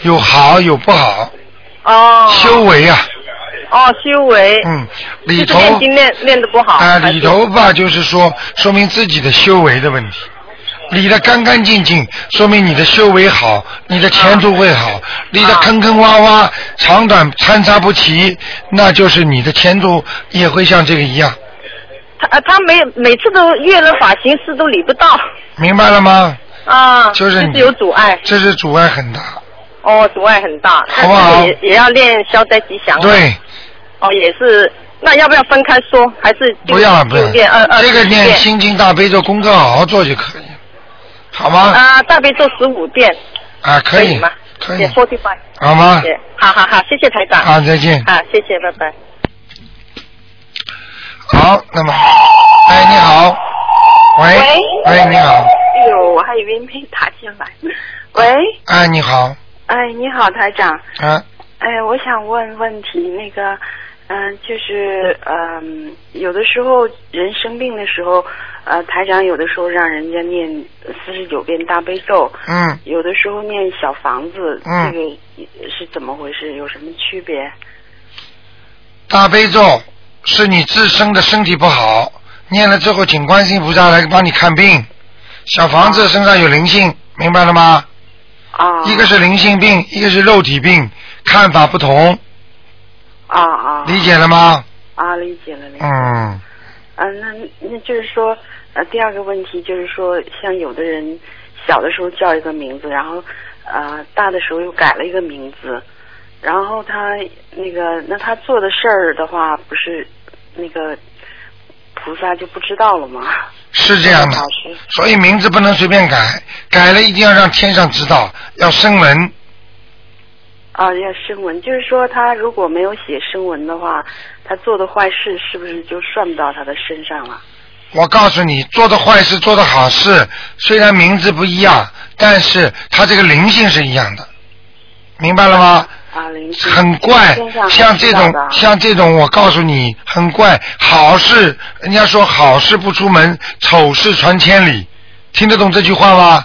Speaker 2: 有好有不好，
Speaker 14: 哦
Speaker 2: 修为啊，
Speaker 14: 哦，修为，
Speaker 2: 嗯，
Speaker 14: 就
Speaker 2: 里
Speaker 14: 是
Speaker 2: 头
Speaker 14: 念经念念的不好。
Speaker 2: 啊
Speaker 14: 还是
Speaker 2: 里头吧，就是说说明自己的修为的问题，理的干干净净，说明你的修为好，你的前途会
Speaker 14: 嗯
Speaker 2: 好；理的坑坑洼洼、长短参差不齐，那就是你的前途也会像这个一样，
Speaker 14: 他啊他每每次都约了发型师都理不到
Speaker 2: 明白了吗？
Speaker 14: 啊，
Speaker 2: 就是你
Speaker 14: 有阻碍，
Speaker 2: 这是阻碍很大。
Speaker 14: 哦，阻碍很大，
Speaker 2: 好不好
Speaker 14: 但是也也要练消灾吉祥。啊
Speaker 2: 对，
Speaker 14: 哦，也是。那要不要分开说？还是就
Speaker 2: 不要了，不要
Speaker 14: 就练二
Speaker 2: 了，
Speaker 14: 二
Speaker 2: 这个
Speaker 14: 十一
Speaker 2: 念
Speaker 14: 遍
Speaker 2: 心经大悲咒功课好好做就可以，好吗？
Speaker 14: 啊，大悲咒十五遍，
Speaker 2: 啊，可以，
Speaker 14: 吗？
Speaker 2: 可以
Speaker 14: 也 f o r t y five，
Speaker 2: 好吗？
Speaker 14: 也好好好，谢谢台长。
Speaker 2: 啊，再见。
Speaker 14: 啊，谢谢，拜拜。
Speaker 2: 好，那么，哎，你好，喂，喂，你好，
Speaker 15: 哎呦，我还以为没打进 来。喂，
Speaker 2: 哎，你好，
Speaker 15: 哎，你好，台长。
Speaker 2: 啊，
Speaker 15: 哎，我想问问题，那个，嗯、就是，嗯、有的时候人生病的时候，呃，台长有的时候让人家念四十九遍大悲咒，
Speaker 2: 嗯，
Speaker 15: 有的时候念小房子，
Speaker 2: 嗯
Speaker 15: 这个是怎么回事？有什么区别？
Speaker 2: 大悲咒是你自身的身体不好，念了之后，请观世音菩萨来帮你看病。小房子身上有灵性，明白了吗？
Speaker 14: 哦
Speaker 15: 啊，
Speaker 2: 一个是灵性病，一个是肉体病，看法不同，
Speaker 15: 啊啊
Speaker 2: 理解了吗？
Speaker 15: 啊，理解了，理解了。
Speaker 2: 嗯，
Speaker 15: 啊，那那就是说，呃，第二个问题就是说，像有的人小的时候叫一个名字，然后呃大的时候又改了一个名字，然后他那个那他做的事儿的话，不是那个菩萨就不知道了吗？
Speaker 2: 是这样的，所以名字不能随便改，改了一定要让天上知道，要声闻。
Speaker 15: 啊，要声闻，就是说他如果没有写声闻的话，他做的坏事是不是就算不到他的身上了？
Speaker 2: 我告诉你，做的坏事，做的好事，虽然名字不一样，但是它这个灵性是一样的，明白了吗？
Speaker 15: 啊，灵性
Speaker 2: 很怪
Speaker 15: 天上，
Speaker 2: 像这
Speaker 15: 知道
Speaker 2: 种
Speaker 15: 的啊
Speaker 2: 像这种，我告诉你，很怪。好事，人家说好事不出门，丑事传千里，听得懂这句话吗？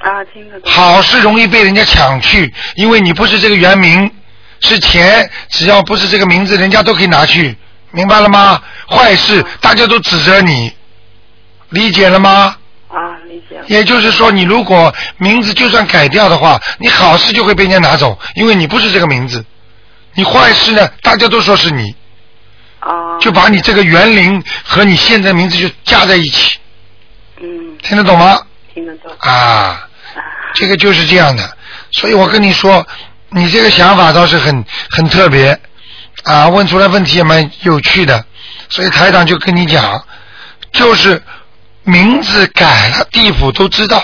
Speaker 15: 啊，听得懂。
Speaker 2: 好事容易被人家抢去，因为你不是这个原名，是钱，只要不是这个名字，人家都可以拿去，明白了
Speaker 15: 啊
Speaker 2: 吗？坏事大家都指责你，理解了吗？
Speaker 15: 啊，理解了。
Speaker 2: 也就是说，你如果名字就算改掉的话，你好事就会被人家拿走，因为你不是这个名字。你坏事呢，大家都说是你，
Speaker 15: 啊，
Speaker 2: 就把你这个园林和你现在名字就加在一起，
Speaker 15: 嗯，
Speaker 2: 听得懂吗？
Speaker 15: 听得懂。
Speaker 2: 啊，这个就是这样的。所以我跟你说，你这个想法倒是很很特别啊，问出来问题也蛮有趣的。所以台长就跟你讲，就是名字改了，地府都知道，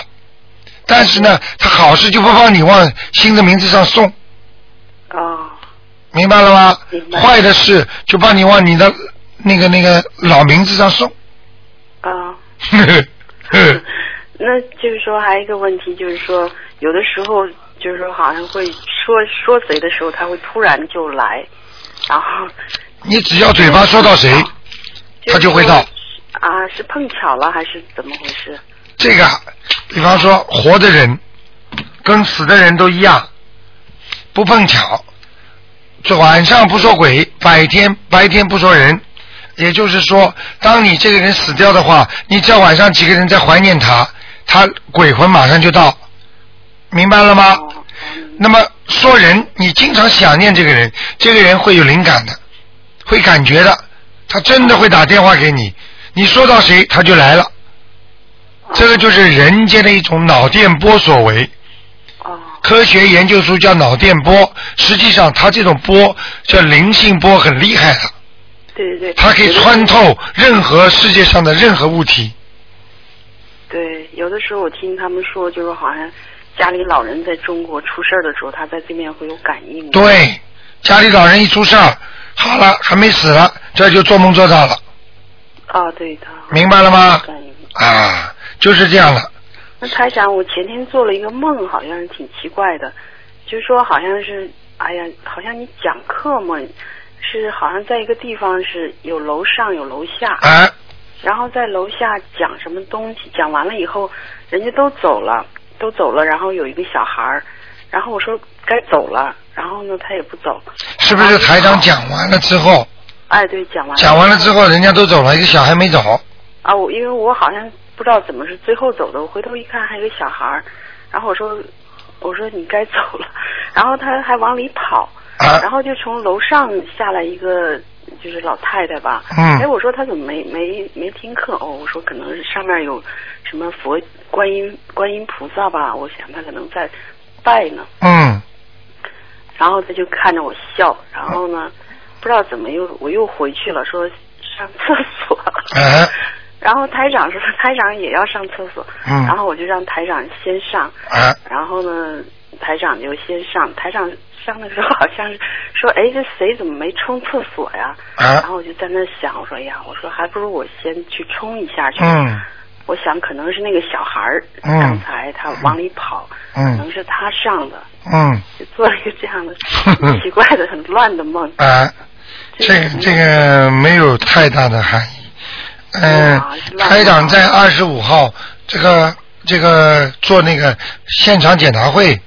Speaker 2: 但是呢，他好事就不帮你往新的名字上送。
Speaker 15: 哦，
Speaker 2: 明白了吗？
Speaker 15: 明白
Speaker 2: 坏的事就帮你往你的那个那个老名字上送。
Speaker 15: 啊，那就是说还有一个问题就是说，有的时候就是说好像会说说谁的时候，他会突然就来，然后
Speaker 2: 你只要嘴巴说到谁，
Speaker 15: 哦
Speaker 2: 他就会到。
Speaker 15: 啊是碰巧了还是怎么回事？
Speaker 2: 这个，比方说活的人跟死的人都一样，不碰巧，这晚上不说鬼，白天白天不说人。也就是说，当你这个人死掉的话，你只要晚上几个人在怀念他，他鬼魂马上就到，明白了吗？那么说人，你经常想念这个人，这个人会有灵感的，会感觉的，他真的会打电话给你，你说到谁他就来了。这个就是人间的一种脑电波所为。科学研究出叫脑电波，实际上它这种波叫灵性波，很厉害的。
Speaker 15: 对对对，
Speaker 2: 它可以穿透任何世界上的任何物体。
Speaker 15: 对，有的时候我听他们说，就是好像家里老人在中国出事儿的时候，他在这边会有感应。
Speaker 2: 对，家里老人一出事儿，好了，还没死了，这就做梦做到了，
Speaker 15: 啊，对的。
Speaker 2: 明白了吗？啊，就是这样的。
Speaker 15: 那台长，我前天做了一个梦，好像是挺奇怪的，就是说好像是，哎呀，好像你讲课嘛，是好像在一个地方是有楼上有楼下，
Speaker 2: 啊，
Speaker 15: 然后在楼下讲什么东西，讲完了以后，人家都走了，都走了，然后有一个小孩儿，然后我说该走了，然后呢他也不走，
Speaker 2: 是不是台长讲完了之后，
Speaker 15: 哎，对，讲完了，
Speaker 2: 讲完了之后人家都走了，一个小孩没走，
Speaker 15: 啊，我因为我好像不知道怎么是最后走的，我回头一看还有个小孩儿，然后我说我说你该走了，然后他还往里跑，然后就从楼上下来一个就是老太太吧，
Speaker 2: 嗯
Speaker 15: 哎我说她怎么没没没听课哦，我说可能是上面有什么佛观音观音菩萨吧，我想她可能在拜呢，
Speaker 2: 嗯，
Speaker 15: 然后他就看着我笑，然后呢，不知道怎么又我又回去了，说上厕所。然后台长说台长也要上厕所，
Speaker 2: 嗯
Speaker 15: 然后我就让台长先上，
Speaker 2: 啊
Speaker 15: 然后呢，台长就先上，台长上的时候好像是说，哎，这谁怎么没冲厕所呀？
Speaker 2: 啊
Speaker 15: 然后我就在那儿想，我说哎呀，我说还不如我先去冲一下去。
Speaker 2: 嗯
Speaker 15: 我想可能是那个小孩儿，
Speaker 2: 嗯
Speaker 15: 刚才他往里跑，可
Speaker 2: 嗯
Speaker 15: 能是他上的，
Speaker 2: 嗯，
Speaker 15: 就做了一个这样的很奇怪的、很乱的梦。
Speaker 2: 啊，这个这个没有太大的含义。嗯、台长在二十五号这个这个做那个现场检查会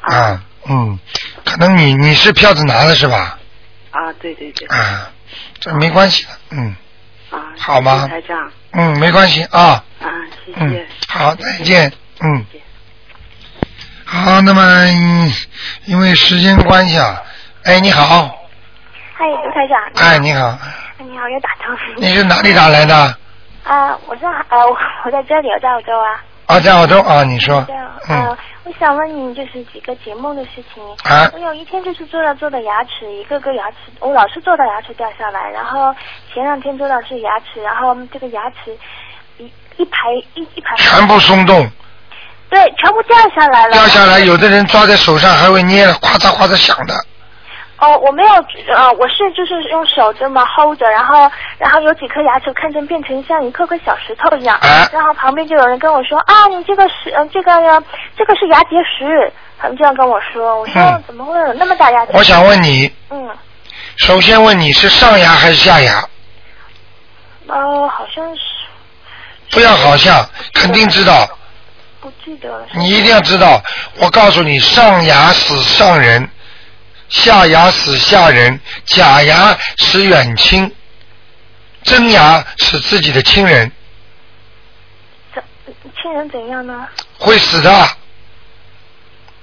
Speaker 2: 啊，嗯，可能你你是票子拿了是吧？
Speaker 15: 啊，对对对，
Speaker 2: 啊，这没关系的，嗯，
Speaker 15: 啊，
Speaker 2: 好吗
Speaker 15: 谢谢台长，
Speaker 2: 嗯，没关系啊，
Speaker 15: 啊，谢
Speaker 2: 嗯
Speaker 15: 谢。，
Speaker 2: 好，再见，嗯。好，那么、嗯因为时间关系啊，哎，你好，
Speaker 16: 嗨，卢台长。
Speaker 2: 哎，你好，
Speaker 16: 你好，又打通。
Speaker 2: 你是哪里打来的？
Speaker 16: 啊、我是呃，我我在这里，我在澳洲啊。
Speaker 2: 啊，在澳洲啊，你说
Speaker 16: 对啊，
Speaker 2: 嗯
Speaker 16: 呃，我想问你就是几个解梦的事情。
Speaker 2: 啊
Speaker 16: 我有一天就是做到做的牙齿，一个个牙齿，我老是做到牙齿掉下来，然后前两天做到是牙齿，然后这个牙齿一一排一一排
Speaker 2: 全部松动，
Speaker 16: 对，全部掉下来了。
Speaker 2: 掉下来，有的人抓在手上还会捏了，咔嚓咔嚓响的。
Speaker 16: 哦，我没有，呃，我是就是用手这么 hold 着，然后然后有几颗牙齿看着变成像一颗颗小石头一样，
Speaker 2: 哎
Speaker 16: 然后旁边就有人跟我说啊，你这个是呃这个呀这个是牙结石，他们这样跟我说，我说、
Speaker 2: 嗯
Speaker 16: 怎么会有那么大牙结石？
Speaker 2: 我想问你，
Speaker 16: 嗯，
Speaker 2: 首先问你是上牙还是下牙？
Speaker 16: 哦，好像是
Speaker 2: 不要好像，肯定知道。
Speaker 16: 不记得了。
Speaker 2: 你一定要知道，我告诉你，上牙死上人，下牙死下人，假牙使远亲，真牙使自己的亲人，
Speaker 16: 亲人怎样呢？
Speaker 2: 会死的。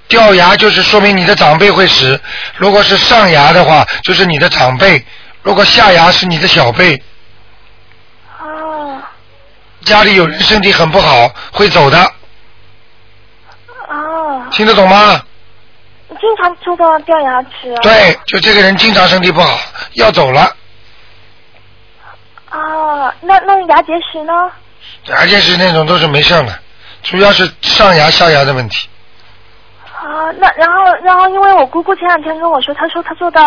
Speaker 2: 掉牙就是说明你的长辈会死，如果是上牙的话，就是你的长辈；如果下牙是你的小辈。哦。
Speaker 16: 哦
Speaker 2: 家里有人身体很不好，会走的，
Speaker 16: 哦，
Speaker 2: 听得懂吗？
Speaker 16: 经常做到掉牙齿。啊
Speaker 2: 对，就这个人经常身体不好，要走了。
Speaker 16: 哦，那那牙结石呢？
Speaker 2: 牙结石那种都是没事儿的，主要是上牙下牙的问题。
Speaker 16: 啊，那然后然后，因为我姑姑前两天跟我说，她说她做到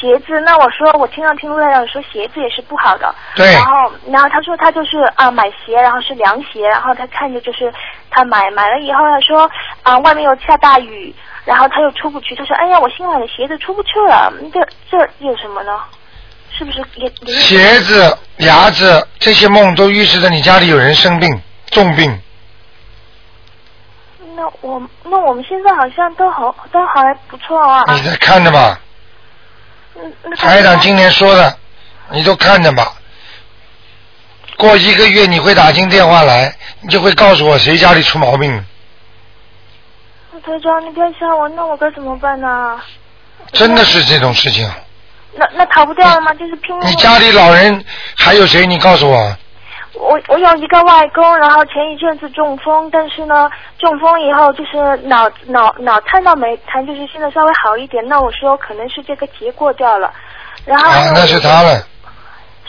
Speaker 16: 鞋子，那我说我听到听陆台长说鞋子也是不好的，
Speaker 2: 对
Speaker 16: 然后然后她说她就是啊买鞋，然后是凉鞋，然后她看着就是她买买了以后，她说啊外面又下大雨，然后她又出不去，她说哎呀我新买的鞋子出不去了，嗯这这有什么呢？是不是也也
Speaker 2: 鞋子、牙子这些梦都预示着你家里有人生病、重病。
Speaker 16: 那我那我们现在好像都好都好还不错啊，
Speaker 2: 你在看着吧，
Speaker 16: 嗯那
Speaker 2: 台长今年说的，你都看着吧。过一个月你会打进电话来，你就会告诉我谁家里出毛病了。
Speaker 16: 台长你别吓我，那我该怎么办呢？
Speaker 2: 真的是这种事情，
Speaker 16: 那那逃不掉了吗？就是拼命。
Speaker 2: 你家里老人还有谁？你告诉我。
Speaker 16: 啊我我有一个外公，然后前一阵子中风，但是呢，中风以后就是脑脑脑瘫到没瘫，就是现在稍微好一点。那我说可能是这个结过掉了，然后还
Speaker 2: 啊
Speaker 16: 有，
Speaker 2: 那是他了。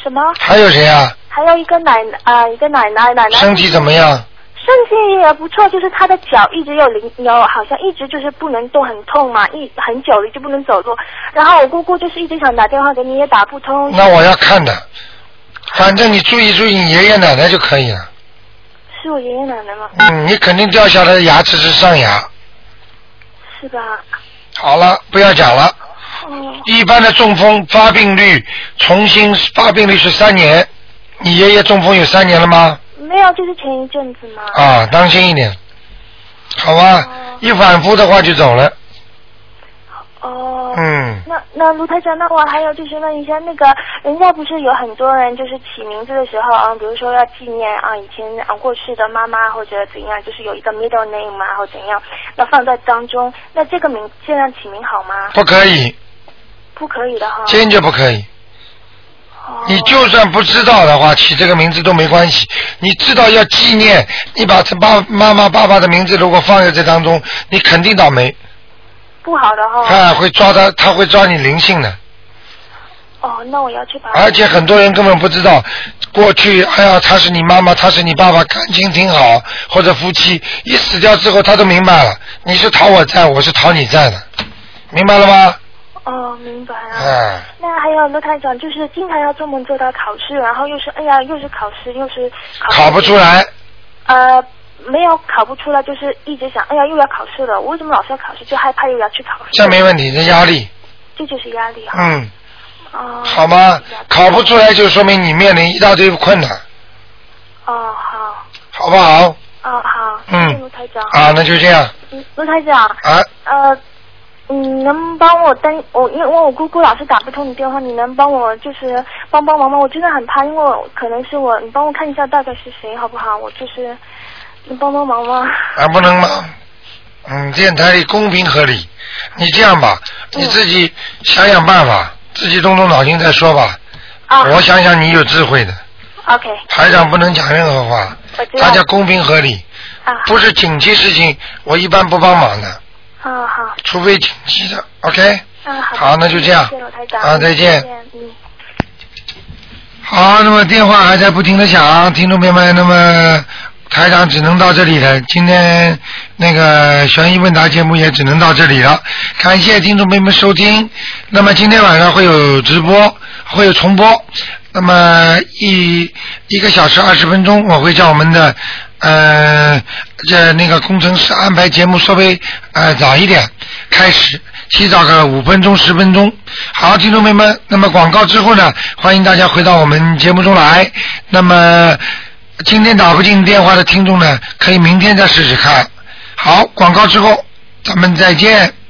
Speaker 16: 什么？
Speaker 2: 还有谁啊？
Speaker 16: 还有一个奶奶啊、一个奶奶奶奶。
Speaker 2: 身体怎么样？
Speaker 16: 身体也不错，就是他的脚一直有灵有，好像一直就是不能动，很痛嘛，一很久了就不能走路。然后我姑姑就是一直想打电话给你，也打不通。
Speaker 2: 那我要看的，反正你注意注意你爷爷奶奶就可以了。
Speaker 16: 是我爷爷奶奶吗？
Speaker 2: 嗯，你肯定掉下来的牙齿是上牙。
Speaker 16: 是吧？
Speaker 2: 好了，不要讲了。
Speaker 16: 嗯，
Speaker 2: 一般的中风发病率，重新发病率是三年。你爷爷中风有三年了吗？
Speaker 16: 没有，就是前一阵子嘛。
Speaker 2: 啊，当心一点，好吧？一反复的话就走了。
Speaker 16: 哦。
Speaker 2: 嗯。
Speaker 16: 那那卢台长，那我还有就是问一下，那个人家不是有很多人就是起名字的时候啊，比如说要纪念啊以前啊过世的妈妈或者怎样，就是有一个 middle name 嘛，或怎样，那放在当中，那这个名现在起名好吗？
Speaker 2: 不可以，
Speaker 16: 不可以的哈。
Speaker 2: 坚决不可以。你就算不知道的话，起这个名字都没关系。你知道要纪念，你把这爸妈妈、爸爸的名字如果放在这当中，你肯定倒霉，
Speaker 16: 不好的哈。
Speaker 2: 他会抓他，他会抓你灵性的。
Speaker 16: 哦，那我要去把。
Speaker 2: 而且很多人根本不知道，过去哎呀，他是你妈妈，他是你爸爸，感情挺好，或者夫妻，一死掉之后，他都明白了，你是讨我债，我是讨你债的，明白了吗？
Speaker 16: 哦，明白了。
Speaker 2: 哎，
Speaker 16: 那还有卢台长，就是经常要做梦做到考试，然后又是哎呀，又是考试，又是考试
Speaker 2: 考不出来，
Speaker 16: 呃，没有考不出来，就是一直想，哎呀，又要考试了，我为什么老是要考试？就害怕又要去考试。
Speaker 2: 这没问题，这压力，
Speaker 16: 这就是压力哈。
Speaker 2: 嗯，好吗？考不出来就说明你面临一大堆困难，
Speaker 16: 哦，好，
Speaker 2: 好不好？
Speaker 16: 哦，好，
Speaker 2: 嗯
Speaker 16: 谢谢卢台长。
Speaker 2: 啊，那就这样
Speaker 16: 嗯。卢台长。
Speaker 2: 啊。
Speaker 16: 呃，你能帮我登我，因为我姑姑老是打不通你电话，你能帮我就是帮帮忙吗？我真的很怕，因为我可能是我，你帮我看一下大概是谁好不好？我就是，你帮帮忙吗？
Speaker 2: 啊，不能吗？嗯，电台里公平合理。你这样吧，你自己想想办法，自己动动脑筋再说吧。
Speaker 16: 啊
Speaker 5: 哦
Speaker 2: 我想想，你有智慧的。
Speaker 16: OK。
Speaker 2: 台长不能讲任何话
Speaker 16: 我知，道
Speaker 2: 大家公平合理，
Speaker 16: 啊，
Speaker 2: 不是紧急事情我一般不帮忙的，
Speaker 16: 啊好，
Speaker 2: 除非紧急的，OK。
Speaker 16: 啊
Speaker 2: 好那就这样
Speaker 16: 谢谢罗台长，
Speaker 2: 啊再见
Speaker 16: 再见，嗯。
Speaker 2: 好，那么电话还在不停的响，听众朋友们，那么台长只能到这里了，今天那个悬疑问答节目也只能到这里了，感谢听众朋友们收听。那么今天晚上会有直播，会有重播，那么一一个小时二十分钟，我会叫我们的呃这那个工程师安排节目稍微呃早一点开始，提早个五分钟十分钟。好，听众朋友们，那么广告之后呢，欢迎大家回到我们节目中来。那么今天打不进电话的听众呢，可以明天再试试看。好，广告之后咱们再见。